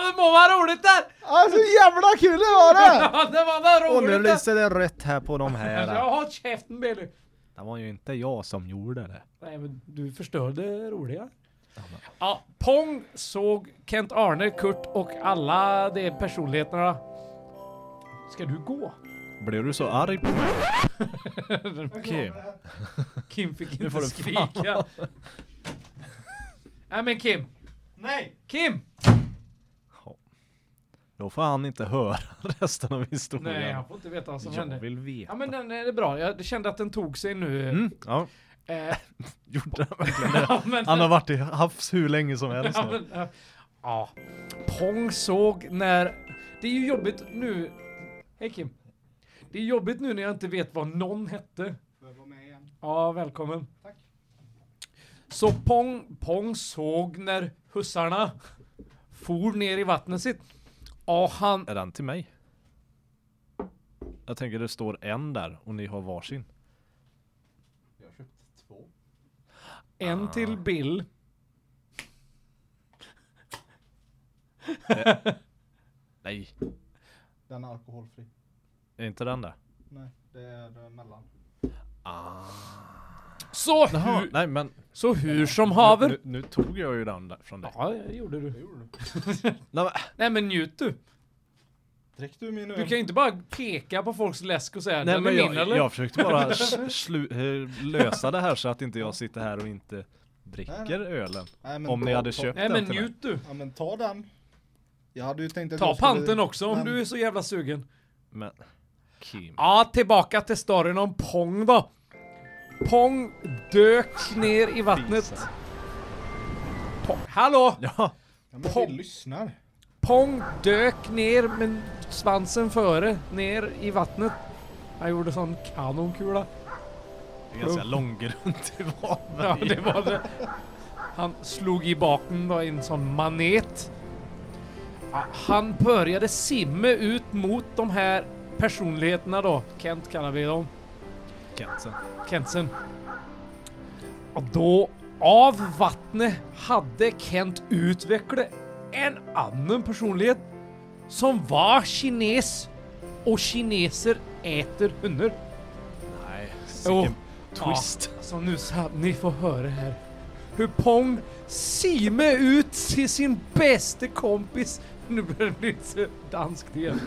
[SPEAKER 2] det må vara roligt där!
[SPEAKER 1] Alltså jävla kul det var
[SPEAKER 3] Ah!
[SPEAKER 1] det!
[SPEAKER 2] Ja, det var väl roligt där!
[SPEAKER 3] det rött här på de
[SPEAKER 2] Jag har käften Billy!
[SPEAKER 3] Det var ju inte jag som gjorde det.
[SPEAKER 2] Nej, men du förstörde det roliga. Ja, Pong såg Kent Arne, Kurt och alla de personligheterna. Ska du gå?
[SPEAKER 3] Blev du så arg på mig? Okej.
[SPEAKER 2] Kim fick
[SPEAKER 3] får
[SPEAKER 2] inte
[SPEAKER 3] du fan.
[SPEAKER 2] skrika. Nej men Kim.
[SPEAKER 1] Nej!
[SPEAKER 2] Kim!
[SPEAKER 3] Då får han inte höra resten av
[SPEAKER 2] Nej,
[SPEAKER 3] historien.
[SPEAKER 2] han får inte veta vad som
[SPEAKER 3] jag
[SPEAKER 2] hände.
[SPEAKER 3] vill
[SPEAKER 2] Ja
[SPEAKER 3] veta.
[SPEAKER 2] men den är bra. Jag kände att den tog sig nu.
[SPEAKER 3] Mm, ja.
[SPEAKER 2] Eh,
[SPEAKER 3] Gjorde han verkligen det?
[SPEAKER 2] ja, men-
[SPEAKER 3] Han har varit i havs hur länge som helst
[SPEAKER 2] Ja,
[SPEAKER 3] nu.
[SPEAKER 2] men, ja. ja. Pong såg när... Det är ju jobbigt nu... Hej Kim. Det är jobbigt nu när jag inte vet vad någon hette. Ja, välkommen. Tack. Så Pong, Pong såg när hussarna for ner i vattnet sitt. Ja, han...
[SPEAKER 3] Är den till mig? Jag tänker det står en där och ni har varsin.
[SPEAKER 2] En till Bill.
[SPEAKER 3] Nej,
[SPEAKER 1] Den är alkoholfri.
[SPEAKER 3] är inte den där?
[SPEAKER 1] Nej, det är den mellan.
[SPEAKER 2] Så,
[SPEAKER 3] Jaha,
[SPEAKER 2] hur,
[SPEAKER 3] nej men
[SPEAKER 2] så hur som haver.
[SPEAKER 3] nu, nu tog jag ju den där från dig.
[SPEAKER 2] Ja, det gjorde du.
[SPEAKER 3] Nej, men,
[SPEAKER 2] Nej men njut du.
[SPEAKER 1] Drick du min öl?
[SPEAKER 2] Du kan ju inte bara peka på folks läsk och säga
[SPEAKER 3] nej,
[SPEAKER 2] den
[SPEAKER 3] men
[SPEAKER 2] är min
[SPEAKER 3] jag,
[SPEAKER 2] eller?
[SPEAKER 3] jag försökte bara sl- slu, eh, lösa det här så att inte jag sitter här och inte dricker ölen.
[SPEAKER 1] Nej, men
[SPEAKER 3] Om ni
[SPEAKER 1] ta-
[SPEAKER 3] hade
[SPEAKER 1] ta-
[SPEAKER 3] köpt
[SPEAKER 2] Nej
[SPEAKER 3] den
[SPEAKER 2] men
[SPEAKER 3] till mig.
[SPEAKER 2] njut du.
[SPEAKER 1] Ja men ta den. Jag hade ju tänkt att
[SPEAKER 2] Ta
[SPEAKER 1] jag skulle-
[SPEAKER 2] panten också om
[SPEAKER 1] men-
[SPEAKER 2] du är så jävla sugen.
[SPEAKER 3] Men Kim.
[SPEAKER 2] Ja, tillbaka till storyn om Pong då. Pong dök ner i vattnet. Pong. Hallå!
[SPEAKER 3] Ja.
[SPEAKER 1] Ja, men
[SPEAKER 2] Pop.
[SPEAKER 1] vi lyssnar.
[SPEAKER 2] Pong dök ner med svansen före, ner i vattnet. Han gjorde sån kanonkula.
[SPEAKER 3] Det är ganska långgrunt i
[SPEAKER 2] Ja,
[SPEAKER 3] vapen.
[SPEAKER 2] det var det. Han slog i baken då i en sån manet. Ja, Han började simma ut mot de här personligheterna då. Kent kallar vi dem.
[SPEAKER 3] Kansen.
[SPEAKER 2] Kentsen. Och då av vattnet hade Kent utvecklat en annan personlighet som var kines och kineser äter hundar.
[SPEAKER 3] Nej,
[SPEAKER 2] Jo.
[SPEAKER 3] sicken twist.
[SPEAKER 2] Ja, så nu ska ni få höra här hur Pong simmar ut till sin bästa kompis. Nu blir det lite danskt igen.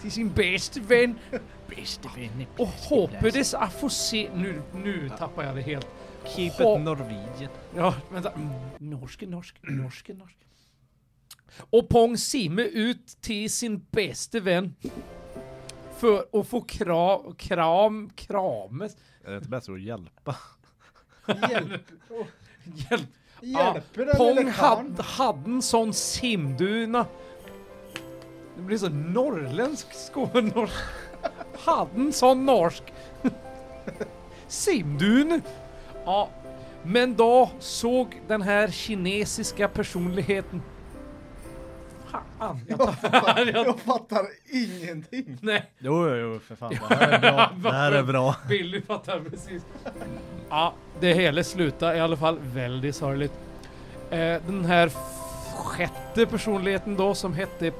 [SPEAKER 2] Till sin bästa vän
[SPEAKER 9] Bäste vänner.
[SPEAKER 2] och hoppades att få se... Nu, nu tappar jag det helt.
[SPEAKER 3] Keep
[SPEAKER 2] Ho-
[SPEAKER 3] it Norwegian.
[SPEAKER 2] Ja, vänta. Mm, Norske, norske, norske, norske. Och Pong simmar ut till sin bästa vän för att få kram, kram, krames.
[SPEAKER 3] Är det inte bättre att hjälpa?
[SPEAKER 1] Hjälp,
[SPEAKER 2] Hjälp!
[SPEAKER 1] hjälper den
[SPEAKER 2] Pong
[SPEAKER 1] lille karln?
[SPEAKER 2] hade, hade en sån simduna. Det blir så norrländsk skånorsk. hade en sån norsk. Simdun. Ja, men då såg den här kinesiska personligheten. Fan, jag tar
[SPEAKER 1] Jag fattar ingenting.
[SPEAKER 2] nej.
[SPEAKER 3] Jo, jo, jo, för fan. Det här är bra. Det här är bra.
[SPEAKER 2] Billy fattar precis. Ja, det hela slutar i alla fall väldigt sorgligt. Eh, den här f- sjätte personligheten då som hette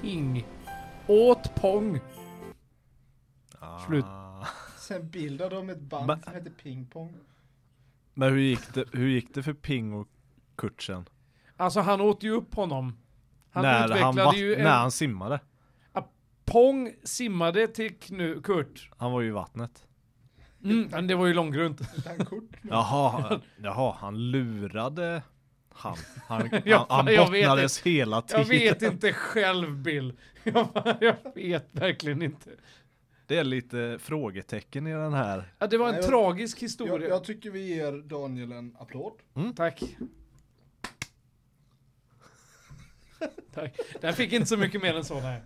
[SPEAKER 2] Ping åt Pong. Slut.
[SPEAKER 1] Sen bildade de ett band
[SPEAKER 3] Men-
[SPEAKER 1] som heter Ping Pong.
[SPEAKER 3] Men hur gick det, hur gick det för Ping och Kurtsen?
[SPEAKER 2] Alltså han åt ju upp honom. Han
[SPEAKER 3] när,
[SPEAKER 2] utvecklade
[SPEAKER 3] han vatt-
[SPEAKER 2] ju en...
[SPEAKER 3] när han simmade.
[SPEAKER 2] Pong simmade till knu- Kurt.
[SPEAKER 3] Han var ju i vattnet.
[SPEAKER 2] Mm, men det var ju långgrunt.
[SPEAKER 1] Utan kort.
[SPEAKER 3] Jaha, jaha han lurade han. Han,
[SPEAKER 2] Ja,
[SPEAKER 3] han, han
[SPEAKER 2] fan, jag vet
[SPEAKER 3] bottnades hela
[SPEAKER 2] Jag
[SPEAKER 3] tiden.
[SPEAKER 2] vet inte själv Bill. Jag, jag vet verkligen inte.
[SPEAKER 3] Det är lite frågetecken i den här.
[SPEAKER 2] Ja, det var en
[SPEAKER 1] Nej, jag-
[SPEAKER 2] tragisk
[SPEAKER 1] Jag,
[SPEAKER 2] historia.
[SPEAKER 1] jag tycker vi ger Daniel en applåd.
[SPEAKER 2] Tack. Tack. Den fick inte så mycket mer än så, nej.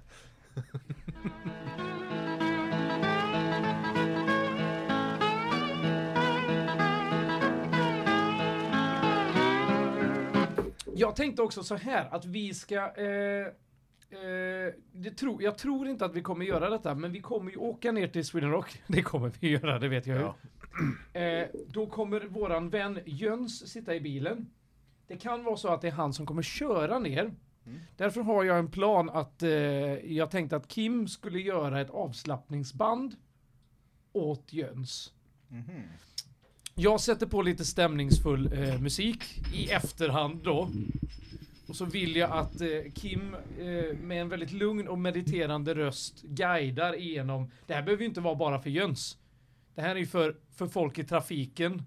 [SPEAKER 2] Jag tänkte också så här att vi ska... Eh, eh, det tro, jag tror inte att vi kommer göra detta, men vi kommer ju åka ner till Sweden Rock. Det kommer vi göra, det vet jag ju.
[SPEAKER 3] Ja.
[SPEAKER 2] Eh, då kommer våran vän Jöns sitta i bilen. Det kan vara så att det är han som kommer köra ner. Därför har jag en plan att eh, jag tänkte att Kim skulle göra ett avslappningsband åt Jöns. Jag sätter på lite stämningsfull eh, musik i efterhand då. Och så vill jag att eh, Kim eh, med en väldigt lugn och mediterande röst guidar igenom. Det här behöver ju inte vara bara för Jöns. Det här är ju för, för folk i trafiken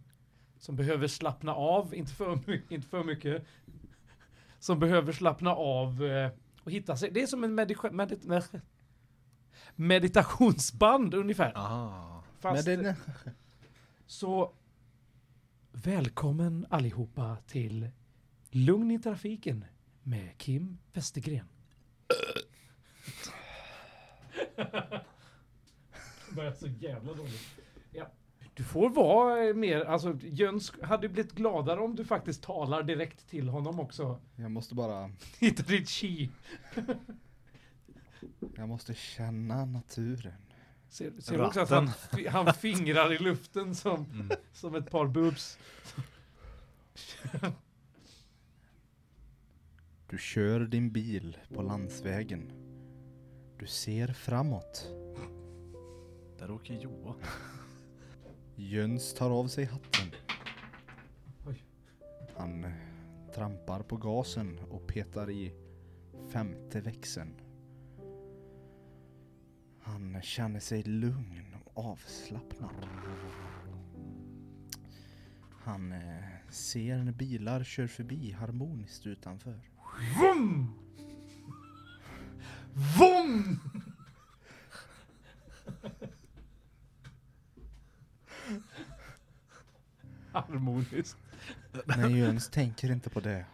[SPEAKER 2] som behöver slappna av, inte för, my- inte för mycket. Som behöver slappna av eh, och hitta sig. Det är som en medit- medit- med- meditationsband ungefär.
[SPEAKER 3] Ah.
[SPEAKER 2] Fast,
[SPEAKER 1] Men det-
[SPEAKER 2] så välkommen allihopa till Lugn i trafiken med Kim Westergren. Börjar så jävla dåligt. Ja. Du får vara eh, mer, alltså Jöns hade blivit gladare om du faktiskt talar direkt till honom också.
[SPEAKER 1] jag måste bara,
[SPEAKER 2] Hitta ditt chi.
[SPEAKER 1] jag måste känna naturen.
[SPEAKER 2] Ser, ser du också att han, han fingrar i luften som, som ett par boobs.
[SPEAKER 1] Du kör din bil på landsvägen. Du ser framåt.
[SPEAKER 3] Där åker Johan.
[SPEAKER 1] Jöns tar av sig hatten.
[SPEAKER 2] Oj.
[SPEAKER 1] Han eh, trampar på gasen och petar i femte växeln. Han känner sig lugn och avslappnad. Han eh, ser när bilar kör förbi harmoniskt utanför.
[SPEAKER 3] harmoniskt.
[SPEAKER 1] Men Jöns tänker inte på det.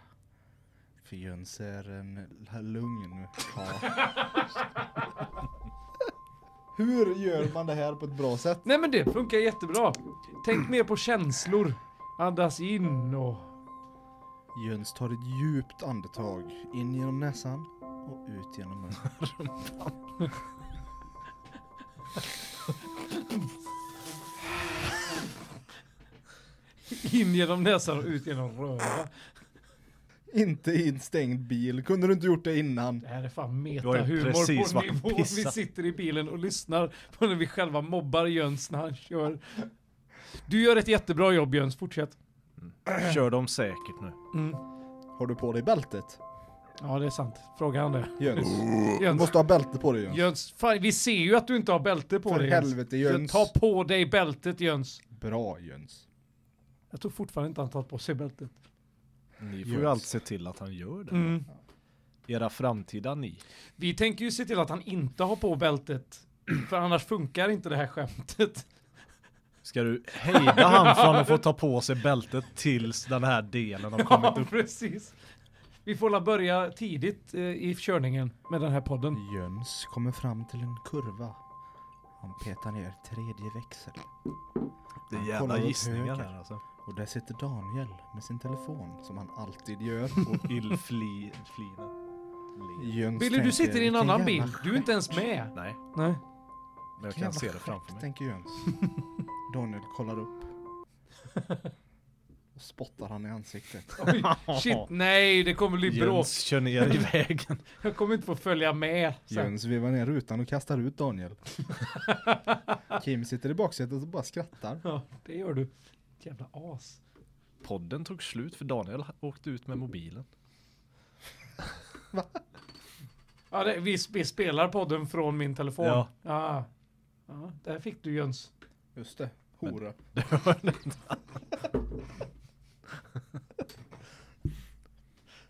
[SPEAKER 1] För Jöns är en l- lugn karl. Hur gör man det här på ett bra sätt?
[SPEAKER 2] Nej men det funkar jättebra. Tänk mer på känslor. Andas in och...
[SPEAKER 1] Jöns tar ett djupt andetag in genom näsan och ut genom munnen.
[SPEAKER 2] In genom näsan och ut genom röva.
[SPEAKER 1] Inte i en stängd bil. Kunde du inte gjort det innan?
[SPEAKER 2] Det här är fan
[SPEAKER 3] har ju
[SPEAKER 2] metahumor på
[SPEAKER 3] precis varit
[SPEAKER 2] nivå.
[SPEAKER 3] och
[SPEAKER 2] Vi
[SPEAKER 3] pissat.
[SPEAKER 2] sitter i bilen och lyssnar på när vi själva mobbar Jöns när han kör. Du gör ett jättebra jobb Jöns, fortsätt.
[SPEAKER 3] Kör dem säkert nu.
[SPEAKER 1] Har du på dig bältet?
[SPEAKER 2] Ja det är sant, fråga han det.
[SPEAKER 1] Jöns. Du
[SPEAKER 2] Jöns,
[SPEAKER 1] måste ha bälte på dig Jöns.
[SPEAKER 2] Jöns fan, vi ser ju att du inte har bälte på
[SPEAKER 1] För
[SPEAKER 2] dig
[SPEAKER 1] helvete, Jöns.
[SPEAKER 2] Ta på dig bältet Jöns.
[SPEAKER 1] Bra Jöns.
[SPEAKER 2] Jag tror fortfarande inte han tagit på sig bältet.
[SPEAKER 3] Ni får
[SPEAKER 1] Yes.
[SPEAKER 3] ju alltid se till att han gör det.
[SPEAKER 2] Mm.
[SPEAKER 3] Era framtida ni.
[SPEAKER 2] Vi tänker ju se till att han inte har på bältet. För annars funkar inte det här skämtet.
[SPEAKER 3] Ska du hejda han från att få ta på sig bältet tills den här delen har kommit
[SPEAKER 2] Ja,
[SPEAKER 3] upp?
[SPEAKER 2] precis. Vi får la börja tidigt eh, i körningen med den här podden.
[SPEAKER 1] Jöns kommer fram till en kurva. Han petar ner tredje växeln.
[SPEAKER 3] Det är
[SPEAKER 1] Kolla
[SPEAKER 3] jävla
[SPEAKER 1] åt
[SPEAKER 3] gissningar
[SPEAKER 1] höger.
[SPEAKER 3] här alltså.
[SPEAKER 1] Och där sitter Daniel med sin telefon som han alltid gör.
[SPEAKER 3] Och illfli... flinen. Le-
[SPEAKER 1] Jöns
[SPEAKER 2] Billy, du sitter i en
[SPEAKER 1] "Vilken
[SPEAKER 2] annan
[SPEAKER 1] jävla
[SPEAKER 2] bil. Du är inte ens med. Nej.
[SPEAKER 3] Nej, men jag
[SPEAKER 1] Vilken
[SPEAKER 3] kan
[SPEAKER 1] jävla
[SPEAKER 3] se det framför
[SPEAKER 1] skärp,
[SPEAKER 3] mig.
[SPEAKER 1] tänker Jöns. Daniel kollar upp. Och spottar han i ansiktet.
[SPEAKER 2] Oj, shit, nej, det kommer bli bråk.
[SPEAKER 3] Jöns kör ner i vägen.
[SPEAKER 2] Jag kommer inte få följa med. Sen.
[SPEAKER 1] Jöns vevar ner rutan och kastar ut Daniel. Kim sitter i baksätet och bara skrattar.
[SPEAKER 2] Ja, det gör du. Jävla as.
[SPEAKER 3] Podden tog slut för Daniel åkte ut med mobilen.
[SPEAKER 2] Ja, det, vi, vi spelar podden från min telefon.
[SPEAKER 3] Ja.
[SPEAKER 2] Ja. ja där fick du Jöns.
[SPEAKER 1] Just det, hora.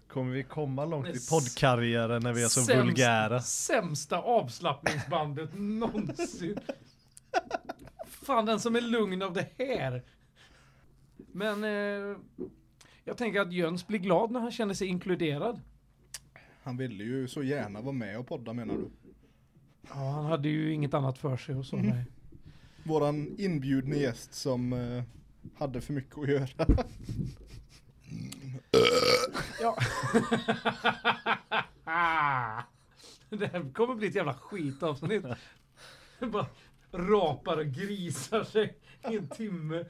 [SPEAKER 3] Kommer vi komma långt
[SPEAKER 2] Det
[SPEAKER 3] i
[SPEAKER 2] är
[SPEAKER 3] poddkarriären när vi är så vulgära?
[SPEAKER 2] Sämsta avslappningsbandet någonsin. Fan, den som är lugn av det här. Men eh, jag tänker att Jöns blir glad när han känner sig inkluderad.
[SPEAKER 1] Han ville ju så gärna vara med och podda menar du?
[SPEAKER 2] Ja, han hade ju inget annat för sig och så. Nej.
[SPEAKER 1] Våran inbjudne gäst som eh, hade för mycket att göra.
[SPEAKER 2] Ah, det här kommer bli ett jävla skitavsnitt. Bara rapar och grisar sig i en timme.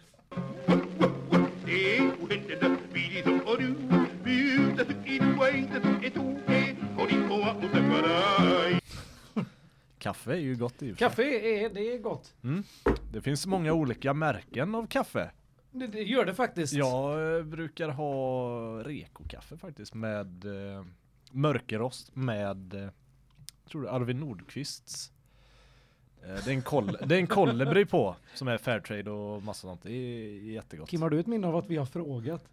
[SPEAKER 10] Det skedde billigt som och du Bjudet i duet, ett okej Och din tvåa och sen var det
[SPEAKER 3] Kaffe är ju gott i och för sig.
[SPEAKER 2] Kaffe är, det är gott.
[SPEAKER 3] Det finns många olika märken av kaffe.
[SPEAKER 2] Det, det gör det faktiskt.
[SPEAKER 3] Jag eh, brukar ha rekokaffe faktiskt med eh, mörkerost med eh, tror du Arvid Nordqvists eh, det är en koll- det är en kolibri på som är fairtrade och massa sånt. Det är jättegott.
[SPEAKER 2] Kim, har du ett minne av att vi har frågat?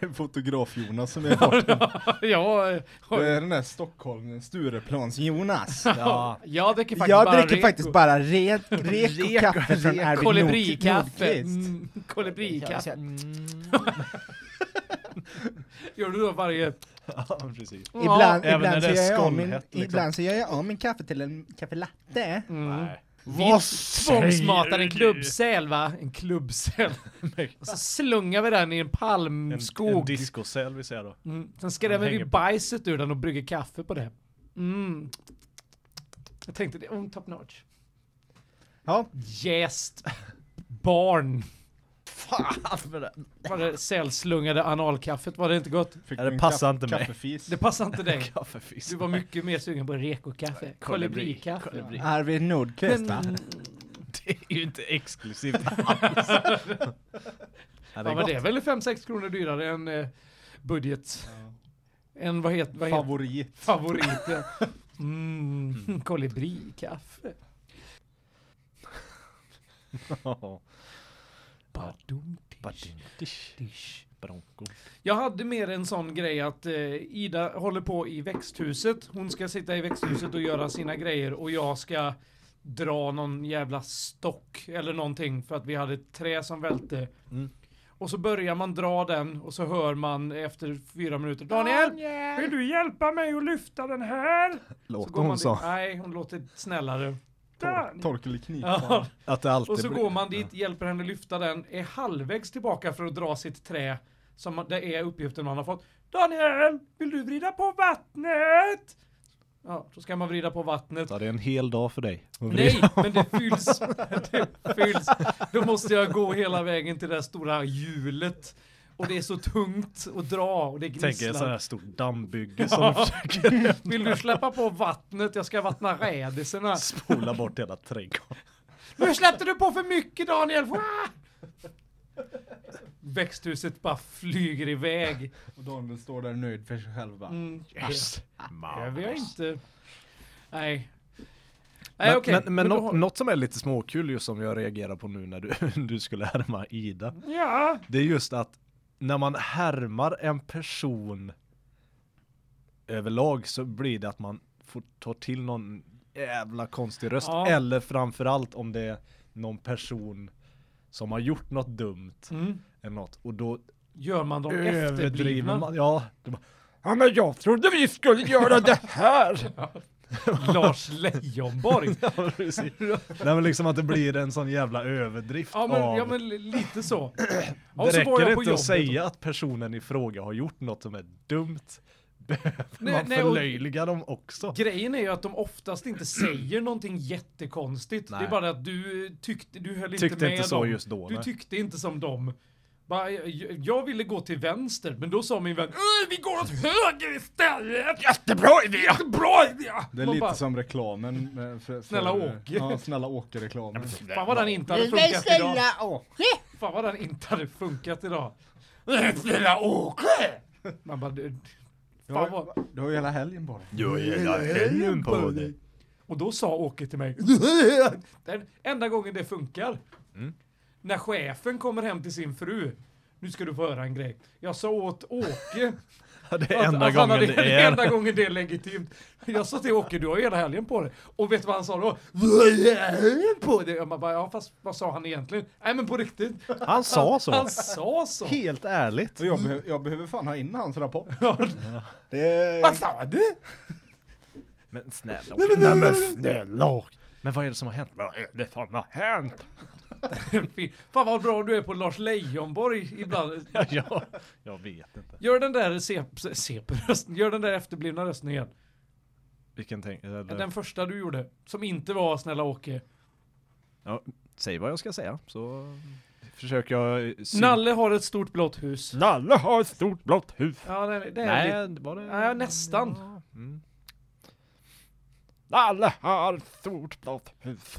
[SPEAKER 1] Det är fotograf-Jonas som är borta.
[SPEAKER 2] ja, eh,
[SPEAKER 1] Det är den där Stockholm, Stureplans-Jonas.
[SPEAKER 3] Ja,
[SPEAKER 2] jag dricker faktiskt
[SPEAKER 1] Jag
[SPEAKER 2] bara
[SPEAKER 1] dricker faktiskt bara red, reko kaffe från Arvid
[SPEAKER 2] Kolibrikaffe.
[SPEAKER 1] Nordqvist.
[SPEAKER 2] Mm, Kolibrikaffe. Mm. Gör du då varje...
[SPEAKER 3] ja precis.
[SPEAKER 2] Ibland-
[SPEAKER 3] även ibland när det så är gör jag om min- skållhett, liksom. ibland
[SPEAKER 1] så gör jag om min kaffe till en kaffelatte.
[SPEAKER 2] Mm.
[SPEAKER 3] Nej.
[SPEAKER 2] Vi tvångsmatar en klubbsäl va? En klubbsäl. Och så slungar vi den i en
[SPEAKER 3] En, en
[SPEAKER 2] palmskog.
[SPEAKER 3] discosäl vill säga då.
[SPEAKER 2] Mm. Sen skrämmer
[SPEAKER 3] hänger
[SPEAKER 2] vi
[SPEAKER 3] på.
[SPEAKER 2] bajset ur den och brygger kaffe på det. Mm. Jag tänkte det, oh, top notch.
[SPEAKER 1] Ja.
[SPEAKER 2] Jäst. Barn. Var det sälslungade analkaffet, var det inte gott?
[SPEAKER 1] Fick
[SPEAKER 3] Ja, det
[SPEAKER 1] en
[SPEAKER 3] passar
[SPEAKER 1] kaff-
[SPEAKER 3] inte mig.
[SPEAKER 1] Kaffefis.
[SPEAKER 2] Det passar inte dig.
[SPEAKER 3] Kaffefis.
[SPEAKER 2] Du var mycket mer sugen på rekokaffe. Kolibrikaffe.
[SPEAKER 3] Kolibri.
[SPEAKER 1] Arvid Nordqvist va?
[SPEAKER 3] Det är ju inte exklusivt alls. Ja, det
[SPEAKER 2] Ja
[SPEAKER 3] är
[SPEAKER 2] men
[SPEAKER 3] gott.
[SPEAKER 2] det är väl 5-6 kronor dyrare än eh, budget. En vad heter, vad heter
[SPEAKER 1] Favorit.
[SPEAKER 2] favorit? ja. Mm, kolibrikaffe.
[SPEAKER 3] Ja.
[SPEAKER 2] Badum, tish,
[SPEAKER 3] Badintish.
[SPEAKER 2] tish.
[SPEAKER 3] Bronco.
[SPEAKER 2] Jag hade mer en sån grej att eh, Ida håller på i växthuset. Hon ska sitta i växthuset och göra sina grejer och jag ska dra någon jävla stock eller någonting för att vi hade ett trä som välte.
[SPEAKER 3] Mm.
[SPEAKER 2] Och så börjar man dra den och så hör man efter fyra minuter Daniel! Vill du hjälpa mig att lyfta den här?
[SPEAKER 3] Låter
[SPEAKER 2] så går
[SPEAKER 3] hon
[SPEAKER 2] man
[SPEAKER 3] så?
[SPEAKER 2] Dit. Nej, hon låter snällare.
[SPEAKER 1] Tor torkel i knipan.
[SPEAKER 2] Ja.
[SPEAKER 3] Att det alltid
[SPEAKER 2] Och så
[SPEAKER 3] blir-
[SPEAKER 2] går man dit, hjälper henne lyfta den, är halvvägs tillbaka för att dra sitt trä. Som man- det är uppgiften man har fått. Daniel, vill du vrida på vattnet? Ja, då ska man vrida på vattnet.
[SPEAKER 3] Ja, det är en hel dag för dig.
[SPEAKER 2] Nej, men det fylls. Det fylls. Då måste jag gå hela vägen till det där stora hjulet. Och det är så tungt att dra och det
[SPEAKER 3] Tänk er en sån här
[SPEAKER 2] gnisslar.
[SPEAKER 3] stor dammbygge som
[SPEAKER 2] Ja.
[SPEAKER 3] försöker
[SPEAKER 2] Vill du släppa på vattnet? Jag ska vattna rädisorna.
[SPEAKER 3] spola bort hela trädgården.
[SPEAKER 2] Nu släppte du på för mycket Daniel! Ah! Växthuset bara flyger iväg.
[SPEAKER 1] Och Daniel står där nöjd för sig själv bara.
[SPEAKER 2] Mm,
[SPEAKER 3] Yes.
[SPEAKER 2] det gör vi ju inte. Nej. Nej
[SPEAKER 3] Men,
[SPEAKER 2] okej.
[SPEAKER 3] men, men
[SPEAKER 2] då
[SPEAKER 3] nå-
[SPEAKER 2] har-
[SPEAKER 3] något som är lite småkul just som jag reagerar på nu när du, du skulle härma Ida.
[SPEAKER 2] Ja.
[SPEAKER 3] Det är just att när man härmar en person överlag så blir det att man får ta till någon jävla konstig röst.
[SPEAKER 2] Ja.
[SPEAKER 3] Eller framförallt om det är någon person som har gjort något dumt
[SPEAKER 2] Mm.
[SPEAKER 3] eller något. Och då
[SPEAKER 2] Gör man dem
[SPEAKER 3] överdriver
[SPEAKER 2] efterblivna?
[SPEAKER 3] man. Ja, det bara, ja, men jag trodde vi skulle göra det här!
[SPEAKER 2] Lars Leijonborg.
[SPEAKER 3] Ja, precis. Nej men liksom att det blir en sån jävla överdrift
[SPEAKER 2] Ja men,
[SPEAKER 3] av...
[SPEAKER 2] ja, men li- lite så. Ja,
[SPEAKER 3] det
[SPEAKER 2] och så var jag
[SPEAKER 3] räcker
[SPEAKER 2] på
[SPEAKER 3] inte att
[SPEAKER 2] jobbet.
[SPEAKER 3] säga att personen i fråga har gjort något som är dumt. Behöver
[SPEAKER 2] Nej,
[SPEAKER 3] man
[SPEAKER 2] nej, och-
[SPEAKER 3] förlöjliga dem också?
[SPEAKER 2] Grejen är ju att de oftast inte säger någonting jättekonstigt.
[SPEAKER 3] Nej.
[SPEAKER 2] Det är bara att du tyckte, du höll inte
[SPEAKER 3] Tyckte
[SPEAKER 2] med
[SPEAKER 3] inte så
[SPEAKER 2] dem.
[SPEAKER 3] just då,
[SPEAKER 2] du
[SPEAKER 3] nej.
[SPEAKER 2] tyckte inte som dem. Bara, jag, jag ville gå till vänster, men då sa min vän "Öh, vi går åt höger istället! Jättebra idé! Jättebra idé!
[SPEAKER 1] Det är
[SPEAKER 2] Man
[SPEAKER 1] lite
[SPEAKER 2] bara,
[SPEAKER 1] som reklamen. eh, För, för,
[SPEAKER 2] Snälla Åke.
[SPEAKER 1] Ja, snälla Åke-reklamen.
[SPEAKER 2] Fan vad den inte hade funkat idag. Fan vad den inte hade funkat idag. Snälla Åke! Man bara, du-
[SPEAKER 1] Du
[SPEAKER 2] fan
[SPEAKER 1] har,
[SPEAKER 2] vad...
[SPEAKER 1] ju- du har ju hela helgen på dig.
[SPEAKER 3] Jag hela helgen på dig.
[SPEAKER 2] Och då sa Åke till mig. Den enda gången det funkar.
[SPEAKER 3] Mm.
[SPEAKER 2] När chefen kommer hem till sin fru. Nu ska du få höra en grej. Jag sa åt Åke.
[SPEAKER 3] Ja, det
[SPEAKER 2] att-
[SPEAKER 3] är enda
[SPEAKER 2] att han
[SPEAKER 3] gången
[SPEAKER 2] hade-
[SPEAKER 3] det
[SPEAKER 2] är enda
[SPEAKER 3] är.
[SPEAKER 2] gången det är legitimt. Jag sa till Åke, du har ju hela helgen på dig. Och vet du vad han sa då? på dig. Jag bara, ja fast vad sa han egentligen? Nej men på riktigt.
[SPEAKER 3] Han sa så.
[SPEAKER 2] Han sa så.
[SPEAKER 3] Helt ärligt.
[SPEAKER 1] Och jag, behöver- jag behöver fan ha in hans rapport.
[SPEAKER 2] Mm. Ja.
[SPEAKER 1] Det är...
[SPEAKER 2] Vad sa du?
[SPEAKER 3] Men snälla Nej men, snälla Men vad är det som har hänt? Vad är det som har hänt?
[SPEAKER 2] Fy- Fan vad bra du är på Lars Leijonborg ibland.
[SPEAKER 3] Ja, jag vet inte.
[SPEAKER 2] Gör den där CP-rösten, CP gör den där efterblivna rösten igen.
[SPEAKER 3] Vilken tänk...
[SPEAKER 2] Ja,
[SPEAKER 3] Eller...
[SPEAKER 2] Den första du gjorde, som inte var Snälla Åke.
[SPEAKER 3] Ja, säg vad jag ska säga så försöker jag... sy-
[SPEAKER 2] Nalle har ett stort blått
[SPEAKER 1] Mm.
[SPEAKER 2] hus.
[SPEAKER 3] Nalle har ett stort blått hus.
[SPEAKER 2] Ja, det, det är lite-
[SPEAKER 3] Nej, var det...
[SPEAKER 2] Ja, nästan.
[SPEAKER 3] Mm. Alla har ett stort blått hus.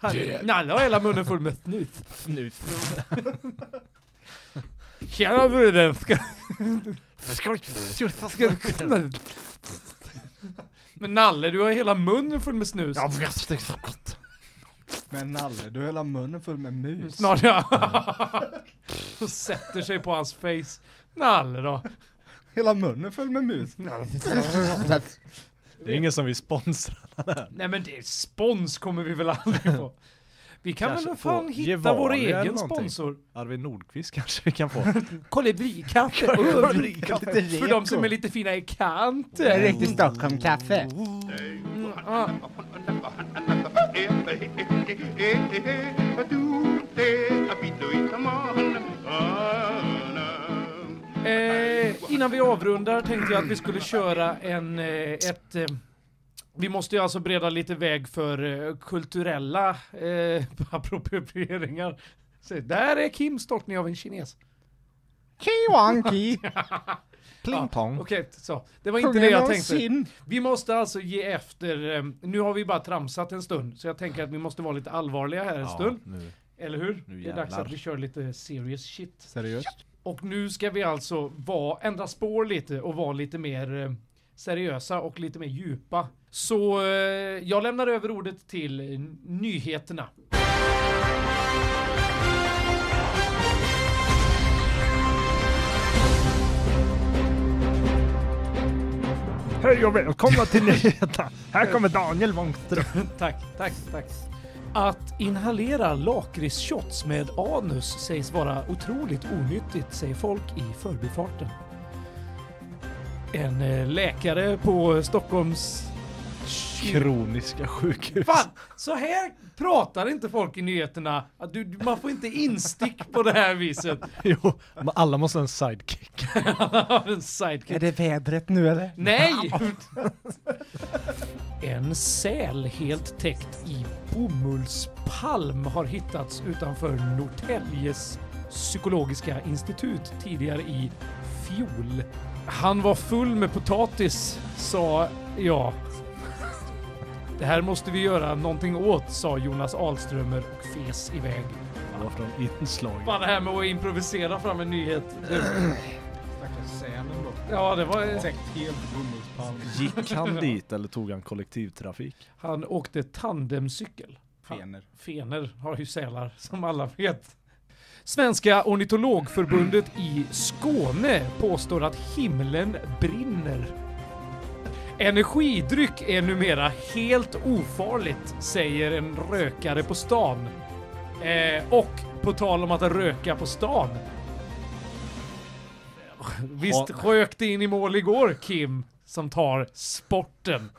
[SPEAKER 2] Herre- Nalle har hela munnen full med snus.
[SPEAKER 3] Snus.
[SPEAKER 2] Tjena bruden, ska,
[SPEAKER 3] Ska tjuffa
[SPEAKER 2] ska du kunna... Men Nalle, du har hela munnen full med snus.
[SPEAKER 3] Jag vet det så gott.
[SPEAKER 1] Men Nalle, du har hela munnen full med mus.
[SPEAKER 2] Snart ja. Och sätter sig på hans face. Nalle då.
[SPEAKER 1] Hela munnen full med mus.
[SPEAKER 3] Det är ingen som vill sponsra.
[SPEAKER 2] Nej men det, spons kommer vi väl aldrig få. Vi kan
[SPEAKER 3] Kanske
[SPEAKER 2] väl fan
[SPEAKER 3] få
[SPEAKER 2] hitta
[SPEAKER 3] Gevalia
[SPEAKER 2] vår
[SPEAKER 3] eller
[SPEAKER 2] egen
[SPEAKER 3] någonting.
[SPEAKER 2] sponsor.
[SPEAKER 3] Arvid Nordqvist kanske vi kan få.
[SPEAKER 2] Kolibrikaffe. För de som är lite fina i kanten.
[SPEAKER 1] Direkt till Stockholm kaffe.
[SPEAKER 2] Ja. Eh, innan vi avrundar tänkte jag att vi skulle köra en, eh, ett... Eh, vi måste ju alltså breda lite väg för eh, kulturella eh, approprieringar. Så, där är Kim stoltning av en kines.
[SPEAKER 1] Kiwanki.
[SPEAKER 3] Pling pong.
[SPEAKER 2] Okej, så. Det var inte det jag tänkte. Vi måste alltså ge efter. eh, Nu har vi bara tramsat en stund, så jag tänker att vi måste vara lite allvarliga här en stund.
[SPEAKER 3] nu.
[SPEAKER 2] Eller hur?
[SPEAKER 3] Nu
[SPEAKER 2] det är dags
[SPEAKER 3] jävlar.
[SPEAKER 2] att vi kör lite serious shit.
[SPEAKER 1] Seriöst?
[SPEAKER 2] Och nu ska vi alltså vara, ändra spår lite och vara lite mer eh, seriösa och lite mer djupa. Så eh, jag lämnar över ordet till eh, nyheterna.
[SPEAKER 11] Hej och välkomna till nyheterna. Här kommer Daniel Wångström.
[SPEAKER 2] tack, tack, tack. Att inhalera lakritsshots med anus sägs vara otroligt onyttigt, säger folk i förbifarten. En eh, läkare på Stockholms...
[SPEAKER 3] Kroniska sjukhus.
[SPEAKER 2] Fan! Så här pratar inte folk i nyheterna. Att Du, man får inte instick på det här viset.
[SPEAKER 3] Jo, men alla måste ha en sidekick.
[SPEAKER 2] en sidekick.
[SPEAKER 3] vädret nu eller?
[SPEAKER 2] Nej! en säl helt täckt i bomullspalm har hittats utanför Norrtäljes psykologiska institut tidigare i fjol. Han var full med potatis, sa jag. Det här måste vi göra någonting åt, sa Jonas Alströmer och fes iväg.
[SPEAKER 3] Det var från inslag.
[SPEAKER 2] Fan det här med att improvisera fram en nyhet. Det-
[SPEAKER 12] Stackars sälen då.
[SPEAKER 2] Ja, det var-
[SPEAKER 12] Täckt helt bomullspalm.
[SPEAKER 3] Gick han dit eller tog han kollektivtrafik?
[SPEAKER 2] Han åkte tandemcykel.
[SPEAKER 1] Fener.
[SPEAKER 2] Fener har ju sälar, som alla vet. Svenska ornitologförbundet i Skåne påstår att himlen brinner. Energidryck är numera helt ofarligt, säger en rökare på stan. Eh, och på tal om att röka på stan. Visst rök det in i mål igår, Kim, som tar sporten.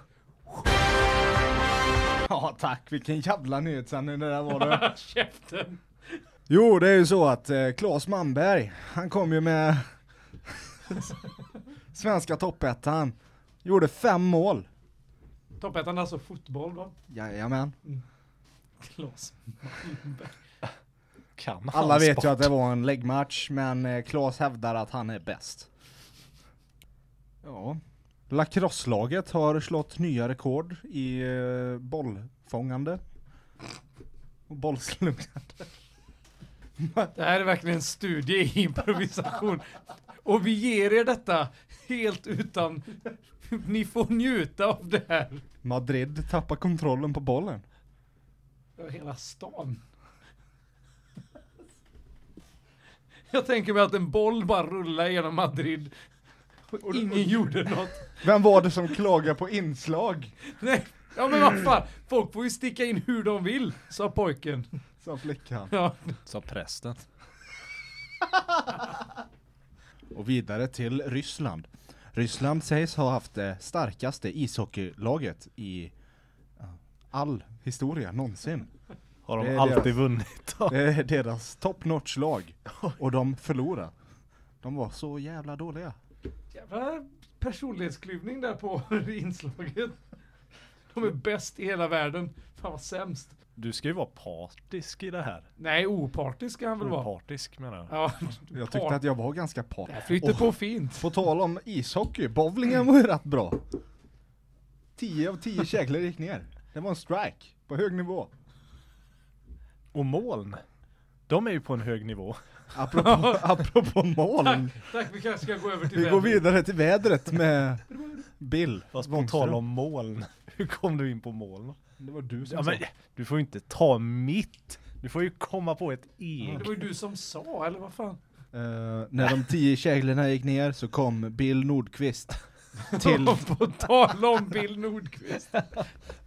[SPEAKER 1] Ja tack, vilken jävla nyhetsändning det där var det.
[SPEAKER 2] Käften!
[SPEAKER 1] Jo, det är ju så att eh, Claes Manberg, han kom ju med svenska toppettan. Gjorde fem mål.
[SPEAKER 2] Toppettan är alltså fotboll va?
[SPEAKER 1] Jajamän.
[SPEAKER 2] Klas Malmberg.
[SPEAKER 3] Kan han
[SPEAKER 1] Alla vet
[SPEAKER 3] sport?
[SPEAKER 1] ju att det var en läggmatch, men eh, Claes hävdar att han är bäst. Ja. Lacrosslaget har slått nya rekord i eh, bollfångande. Och bollslungande.
[SPEAKER 2] Det här är verkligen en studie i improvisation. Och vi ger er detta helt utan... Ni får njuta av det här.
[SPEAKER 1] Madrid tappar kontrollen på bollen.
[SPEAKER 2] Över hela stan. Jag tänker mig att en boll bara rullar genom Madrid. Och ingen gjorde något.
[SPEAKER 1] Vem var det som klagade på inslag?
[SPEAKER 2] Nej, ja men vad fan. Folk får ju sticka in hur de vill, sa pojken.
[SPEAKER 1] Sa flickan.
[SPEAKER 2] Ja.
[SPEAKER 3] Sa prästen.
[SPEAKER 1] Och vidare till Ryssland. Ryssland sägs ha haft det starkaste ishockeylaget i ja, all historia någonsin.
[SPEAKER 3] Har de
[SPEAKER 1] Det är
[SPEAKER 3] alltid
[SPEAKER 1] deras-
[SPEAKER 3] vunnit då?
[SPEAKER 1] Det är deras top notch lag. Och de förlorade. De var så jävla dåliga.
[SPEAKER 2] Jävla personlighetsklyvning där på inslaget. De är bäst i hela världen. Fan vad sämst.
[SPEAKER 3] Du ska ju vara partisk i det här.
[SPEAKER 2] Nej, opartisk ska han väl vara.
[SPEAKER 3] Partisk menar jag.
[SPEAKER 2] Ja,
[SPEAKER 1] Jag tyckte att jag var ganska par.
[SPEAKER 2] Det här flyter på fint.
[SPEAKER 1] På tal om ishockey, bowlingen var ju rätt bra. 10 av 10 käglor gick ner. Det var en strike på hög nivå.
[SPEAKER 3] Och moln. De är ju på en hög nivå.
[SPEAKER 1] Apropå, apropå moln.
[SPEAKER 2] Tack, vi kanske ska gå över till
[SPEAKER 1] Vi går
[SPEAKER 2] vädret.
[SPEAKER 1] vidare till vädret med Bill.
[SPEAKER 3] Fast på
[SPEAKER 1] Wångström.
[SPEAKER 3] tal om moln. Hur kom du in på moln?
[SPEAKER 1] Det var du som
[SPEAKER 3] Ja,
[SPEAKER 1] sa.
[SPEAKER 3] men, du får ju inte ta mitt. Du får ju komma på ett E. eget.
[SPEAKER 2] Det var ju du som sa, eller vad fan?
[SPEAKER 1] Eh, när de tio käglorna gick ner så kom Bill Nordqvist till...
[SPEAKER 2] På tal om Bill Nordqvist.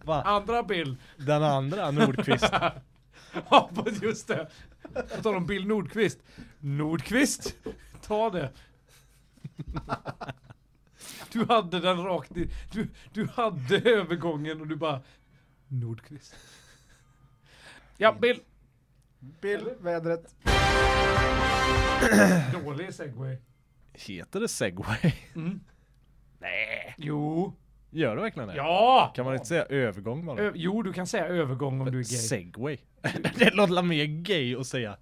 [SPEAKER 3] Va?
[SPEAKER 2] Andra Bill.
[SPEAKER 3] Den andra Nordqvist.
[SPEAKER 2] ja, på- just det. På tal om Bill Nordqvist. Nordqvist, ta det. Du hade den rakt i... Du, du hade övergången och du bara... Nordqvist. Ja, Bill.
[SPEAKER 1] Bill, vädret.
[SPEAKER 2] Dålig segway.
[SPEAKER 3] Heter det segway?
[SPEAKER 2] Mm.
[SPEAKER 3] Nej.
[SPEAKER 2] Jo.
[SPEAKER 3] Gör det verkligen det?
[SPEAKER 2] Ja!
[SPEAKER 3] Kan man inte säga övergång bara?
[SPEAKER 2] Ö- jo, du kan säga övergång om du är gay.
[SPEAKER 3] Segway. det låter la mer gay att säga.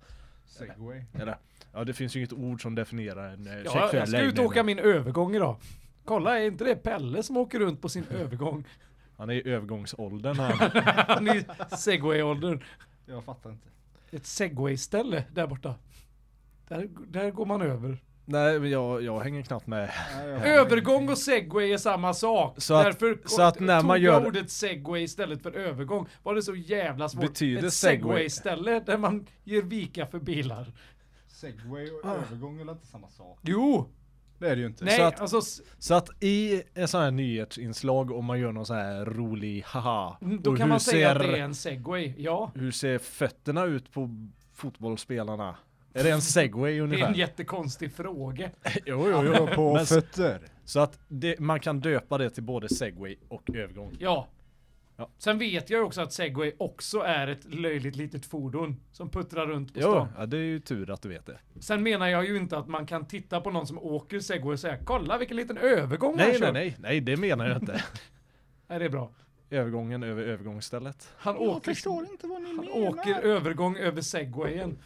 [SPEAKER 1] Segway.
[SPEAKER 3] Eller, ja det finns ju inget ord som definierar en eh,
[SPEAKER 2] Ja,
[SPEAKER 3] sexuell
[SPEAKER 2] jag ska ut och
[SPEAKER 3] läggning.
[SPEAKER 2] åka min övergång idag. Kolla, är inte det Pelle som åker runt på sin övergång?
[SPEAKER 3] Han är i övergångsåldern här.
[SPEAKER 2] Han är i segway-åldern.
[SPEAKER 1] Jag fattar inte.
[SPEAKER 2] Ett segway-ställe där borta. Där, där går man över.
[SPEAKER 3] Nej men jag, jag hänger knappt med.
[SPEAKER 2] Övergång och segway är samma sak.
[SPEAKER 3] Så att-
[SPEAKER 2] Därför
[SPEAKER 3] så att när
[SPEAKER 2] tog
[SPEAKER 3] man
[SPEAKER 2] jag
[SPEAKER 3] gör-
[SPEAKER 2] ordet segway istället för övergång. Var det så jävla svårt?
[SPEAKER 3] Betyder
[SPEAKER 2] Ett
[SPEAKER 3] segway-
[SPEAKER 2] segway-ställe där man ger vika för bilar.
[SPEAKER 1] Segway och
[SPEAKER 2] Ah.
[SPEAKER 1] övergång är inte samma sak?
[SPEAKER 2] Jo! alltså,
[SPEAKER 1] Det är det ju inte.
[SPEAKER 3] så, att, så att i ett sånt här nyhetsinslag om man gör någon sån här rolig haha.
[SPEAKER 2] Mm,
[SPEAKER 3] och
[SPEAKER 2] Då kan
[SPEAKER 3] hur
[SPEAKER 2] man säga att
[SPEAKER 3] ser-
[SPEAKER 2] det är en segway. Ja.
[SPEAKER 3] Hur ser fötterna ut på fotbollsspelarna? Är det en segway
[SPEAKER 2] Det är en
[SPEAKER 3] ungefär?
[SPEAKER 2] jättekonstig fråga.
[SPEAKER 3] Jo, jo, jo.
[SPEAKER 1] På
[SPEAKER 3] Men s-
[SPEAKER 1] fötter.
[SPEAKER 3] Så att det, man kan döpa det till både segway och övergång.
[SPEAKER 2] Ja. Sen vet jag ju också att segway också är ett löjligt litet fordon som puttrar runt på
[SPEAKER 3] Jo,
[SPEAKER 2] stan.
[SPEAKER 3] ja, det är ju tur att du vet det.
[SPEAKER 2] Sen menar jag ju inte att man kan titta på någon som åker segway och säga kolla vilken liten övergång han
[SPEAKER 3] Nej,
[SPEAKER 2] kör.
[SPEAKER 3] nej, nej, nej, det menar jag inte.
[SPEAKER 2] nej, det är bra.
[SPEAKER 3] Övergången över övergångsstället.
[SPEAKER 2] Han åker,
[SPEAKER 1] inte vad ni
[SPEAKER 2] han åker övergång över segwayen.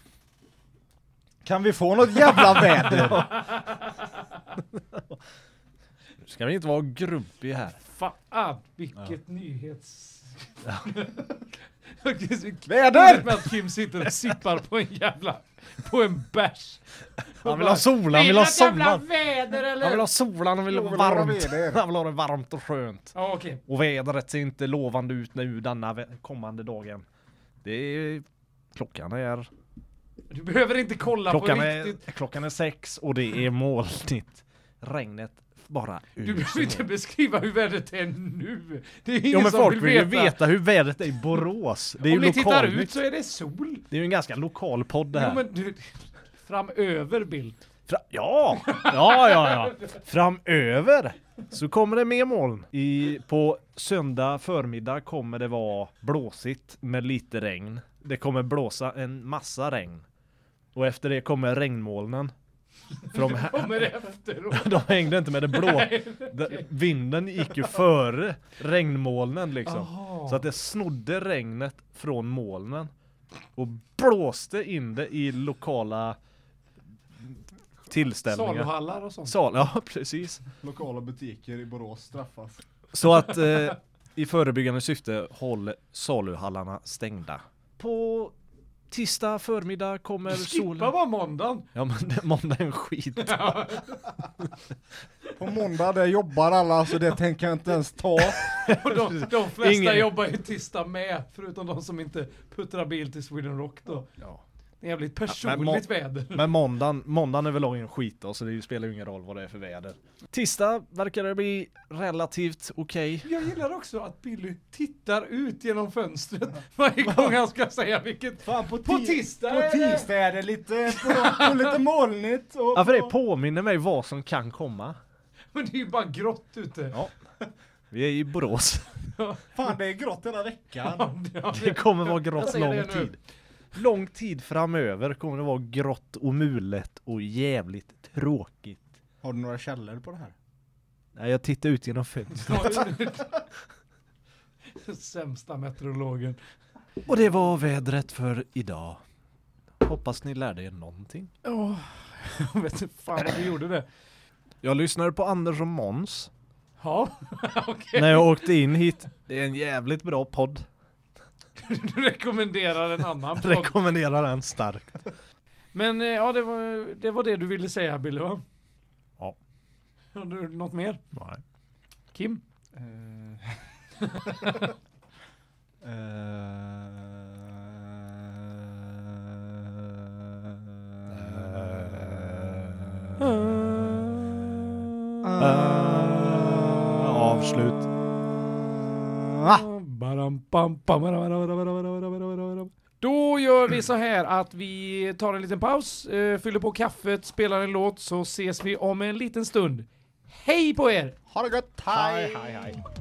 [SPEAKER 1] Kan vi få något jävla väder?
[SPEAKER 3] Nu ska vi inte vara grumpig här.
[SPEAKER 2] Fan, vilket nyhets...
[SPEAKER 1] Väder!
[SPEAKER 2] Med att Kim sitter och sippar på en jävla... På en bärs.
[SPEAKER 3] Han
[SPEAKER 2] Och
[SPEAKER 3] vill ha
[SPEAKER 2] bara,
[SPEAKER 3] solen, han vill ha
[SPEAKER 2] "Vill du att jävla
[SPEAKER 3] solen."
[SPEAKER 2] väder eller?
[SPEAKER 3] Han vill ha solen, han vill ha
[SPEAKER 2] Jag vill ha
[SPEAKER 3] varmt.
[SPEAKER 2] väder.
[SPEAKER 3] Han vill ha det varmt och skönt.
[SPEAKER 2] Ja, okej.
[SPEAKER 3] Och vädret ser inte lovande ut nu denna vä- kommande dagen. Det är... Klockan är...
[SPEAKER 2] Du behöver inte kolla
[SPEAKER 3] Klockan
[SPEAKER 2] på
[SPEAKER 3] är,
[SPEAKER 2] riktigt.
[SPEAKER 3] klockan är sex och det är molnigt. Regnet bara
[SPEAKER 2] Du behöver inte beskriva hur vädret är nu. Det är ingen
[SPEAKER 3] Jo men
[SPEAKER 2] som
[SPEAKER 3] folk
[SPEAKER 2] vill
[SPEAKER 3] vill ju
[SPEAKER 2] veta.
[SPEAKER 3] veta hur vädret är i Borås. Det är
[SPEAKER 2] Om
[SPEAKER 3] ju
[SPEAKER 2] ni tittar ut
[SPEAKER 3] lokalnytt.
[SPEAKER 2] så är det sol.
[SPEAKER 3] Det är ju en ganska lokal podd det här.
[SPEAKER 2] Jo men du, framöver Bill.
[SPEAKER 3] Fra- ja, ja, ja, ja. Framöver så kommer det mer moln. I, på söndag förmiddag kommer det vara blåsigt med lite regn. Det kommer blåsa en massa regn. Och efter det kommer regnmolnen. För de,
[SPEAKER 2] Det kommer efteråt.
[SPEAKER 3] de hängde inte med det blå.
[SPEAKER 2] Nej,
[SPEAKER 3] De- Vinden gick ju före regnmolnen liksom.
[SPEAKER 2] Aha.
[SPEAKER 3] Så att det snodde regnet från molnen. Och blåste in det i lokala tillställningar.
[SPEAKER 2] Saluhallar och sånt.
[SPEAKER 3] Sal, ja precis.
[SPEAKER 1] Lokala butiker i Borås straffas.
[SPEAKER 3] Så att eh, i förebyggande syfte håll saluhallarna stängda. På tisdag förmiddag kommer
[SPEAKER 2] Skippa
[SPEAKER 3] solen.
[SPEAKER 2] bara måndagen.
[SPEAKER 3] Ja men det- måndag är en skit.
[SPEAKER 1] På måndag där jobbar alla så det tänker jag inte ens ta.
[SPEAKER 2] Och de, de flesta
[SPEAKER 1] Ingen-
[SPEAKER 2] jobbar ju tisdag med, förutom de som inte puttrar bil till Sweden Rock då.
[SPEAKER 3] Ja.
[SPEAKER 2] Det är jävligt
[SPEAKER 3] Men
[SPEAKER 2] personligt
[SPEAKER 3] må-
[SPEAKER 2] väder.
[SPEAKER 3] Men måndagen, måndagen överlag är en skit då, så det spelar ju ingen roll vad det är för väder. Tisdag verkar det bli relativt okej.
[SPEAKER 2] Jag gillar också att Billy tittar ut genom fönstret varje gång han ska säga vilket...
[SPEAKER 1] på,
[SPEAKER 2] på
[SPEAKER 1] ti-
[SPEAKER 2] tisdag
[SPEAKER 1] På
[SPEAKER 2] är det-
[SPEAKER 1] tisdag är det lite, på, på lite molnigt. Och
[SPEAKER 3] Ja för det
[SPEAKER 1] på-
[SPEAKER 3] påminner mig vad som kan komma.
[SPEAKER 2] Men det är ju bara grått ute.
[SPEAKER 3] Ja. Vi är i Borås.
[SPEAKER 1] Fan det är grått hela veckan.
[SPEAKER 2] Ja,
[SPEAKER 3] Det kommer vara
[SPEAKER 2] Jag
[SPEAKER 3] grått
[SPEAKER 2] säger
[SPEAKER 3] lång
[SPEAKER 2] det nu.
[SPEAKER 3] tid. Lång tid framöver kommer det vara grått och mulet och jävligt tråkigt.
[SPEAKER 1] Har du några källor på det här?
[SPEAKER 3] Nej jag tittar ut genom fönstret.
[SPEAKER 2] Sämsta meteorologen.
[SPEAKER 3] Och det var vädret för idag. Hoppas ni lärde er någonting.
[SPEAKER 2] Åh, jag vet inte fan vad vi gjorde det.
[SPEAKER 3] Jag lyssnade på Anders och Måns
[SPEAKER 2] Ja, okej.
[SPEAKER 3] när jag åkte in hit. Det är en jävligt bra podd.
[SPEAKER 2] Du rekommenderar en annan podd.
[SPEAKER 3] Rekommenderar den starkt.
[SPEAKER 2] Men eh, ja, det var, det var det du ville säga Billy va?
[SPEAKER 3] Ja.
[SPEAKER 2] Har du något mer?
[SPEAKER 3] Nej.
[SPEAKER 2] Kim?
[SPEAKER 3] Eh. Avslut.
[SPEAKER 2] Baram, pam, pam, baram, baram, baram, baram, baram, baram, baram, baram. Då gör vi så här att vi tar en liten paus, eh, fyller på kaffet, spelar en låt så ses vi om en liten stund. Hej på er!
[SPEAKER 1] Ha det gött, hej! hej, hej, hej.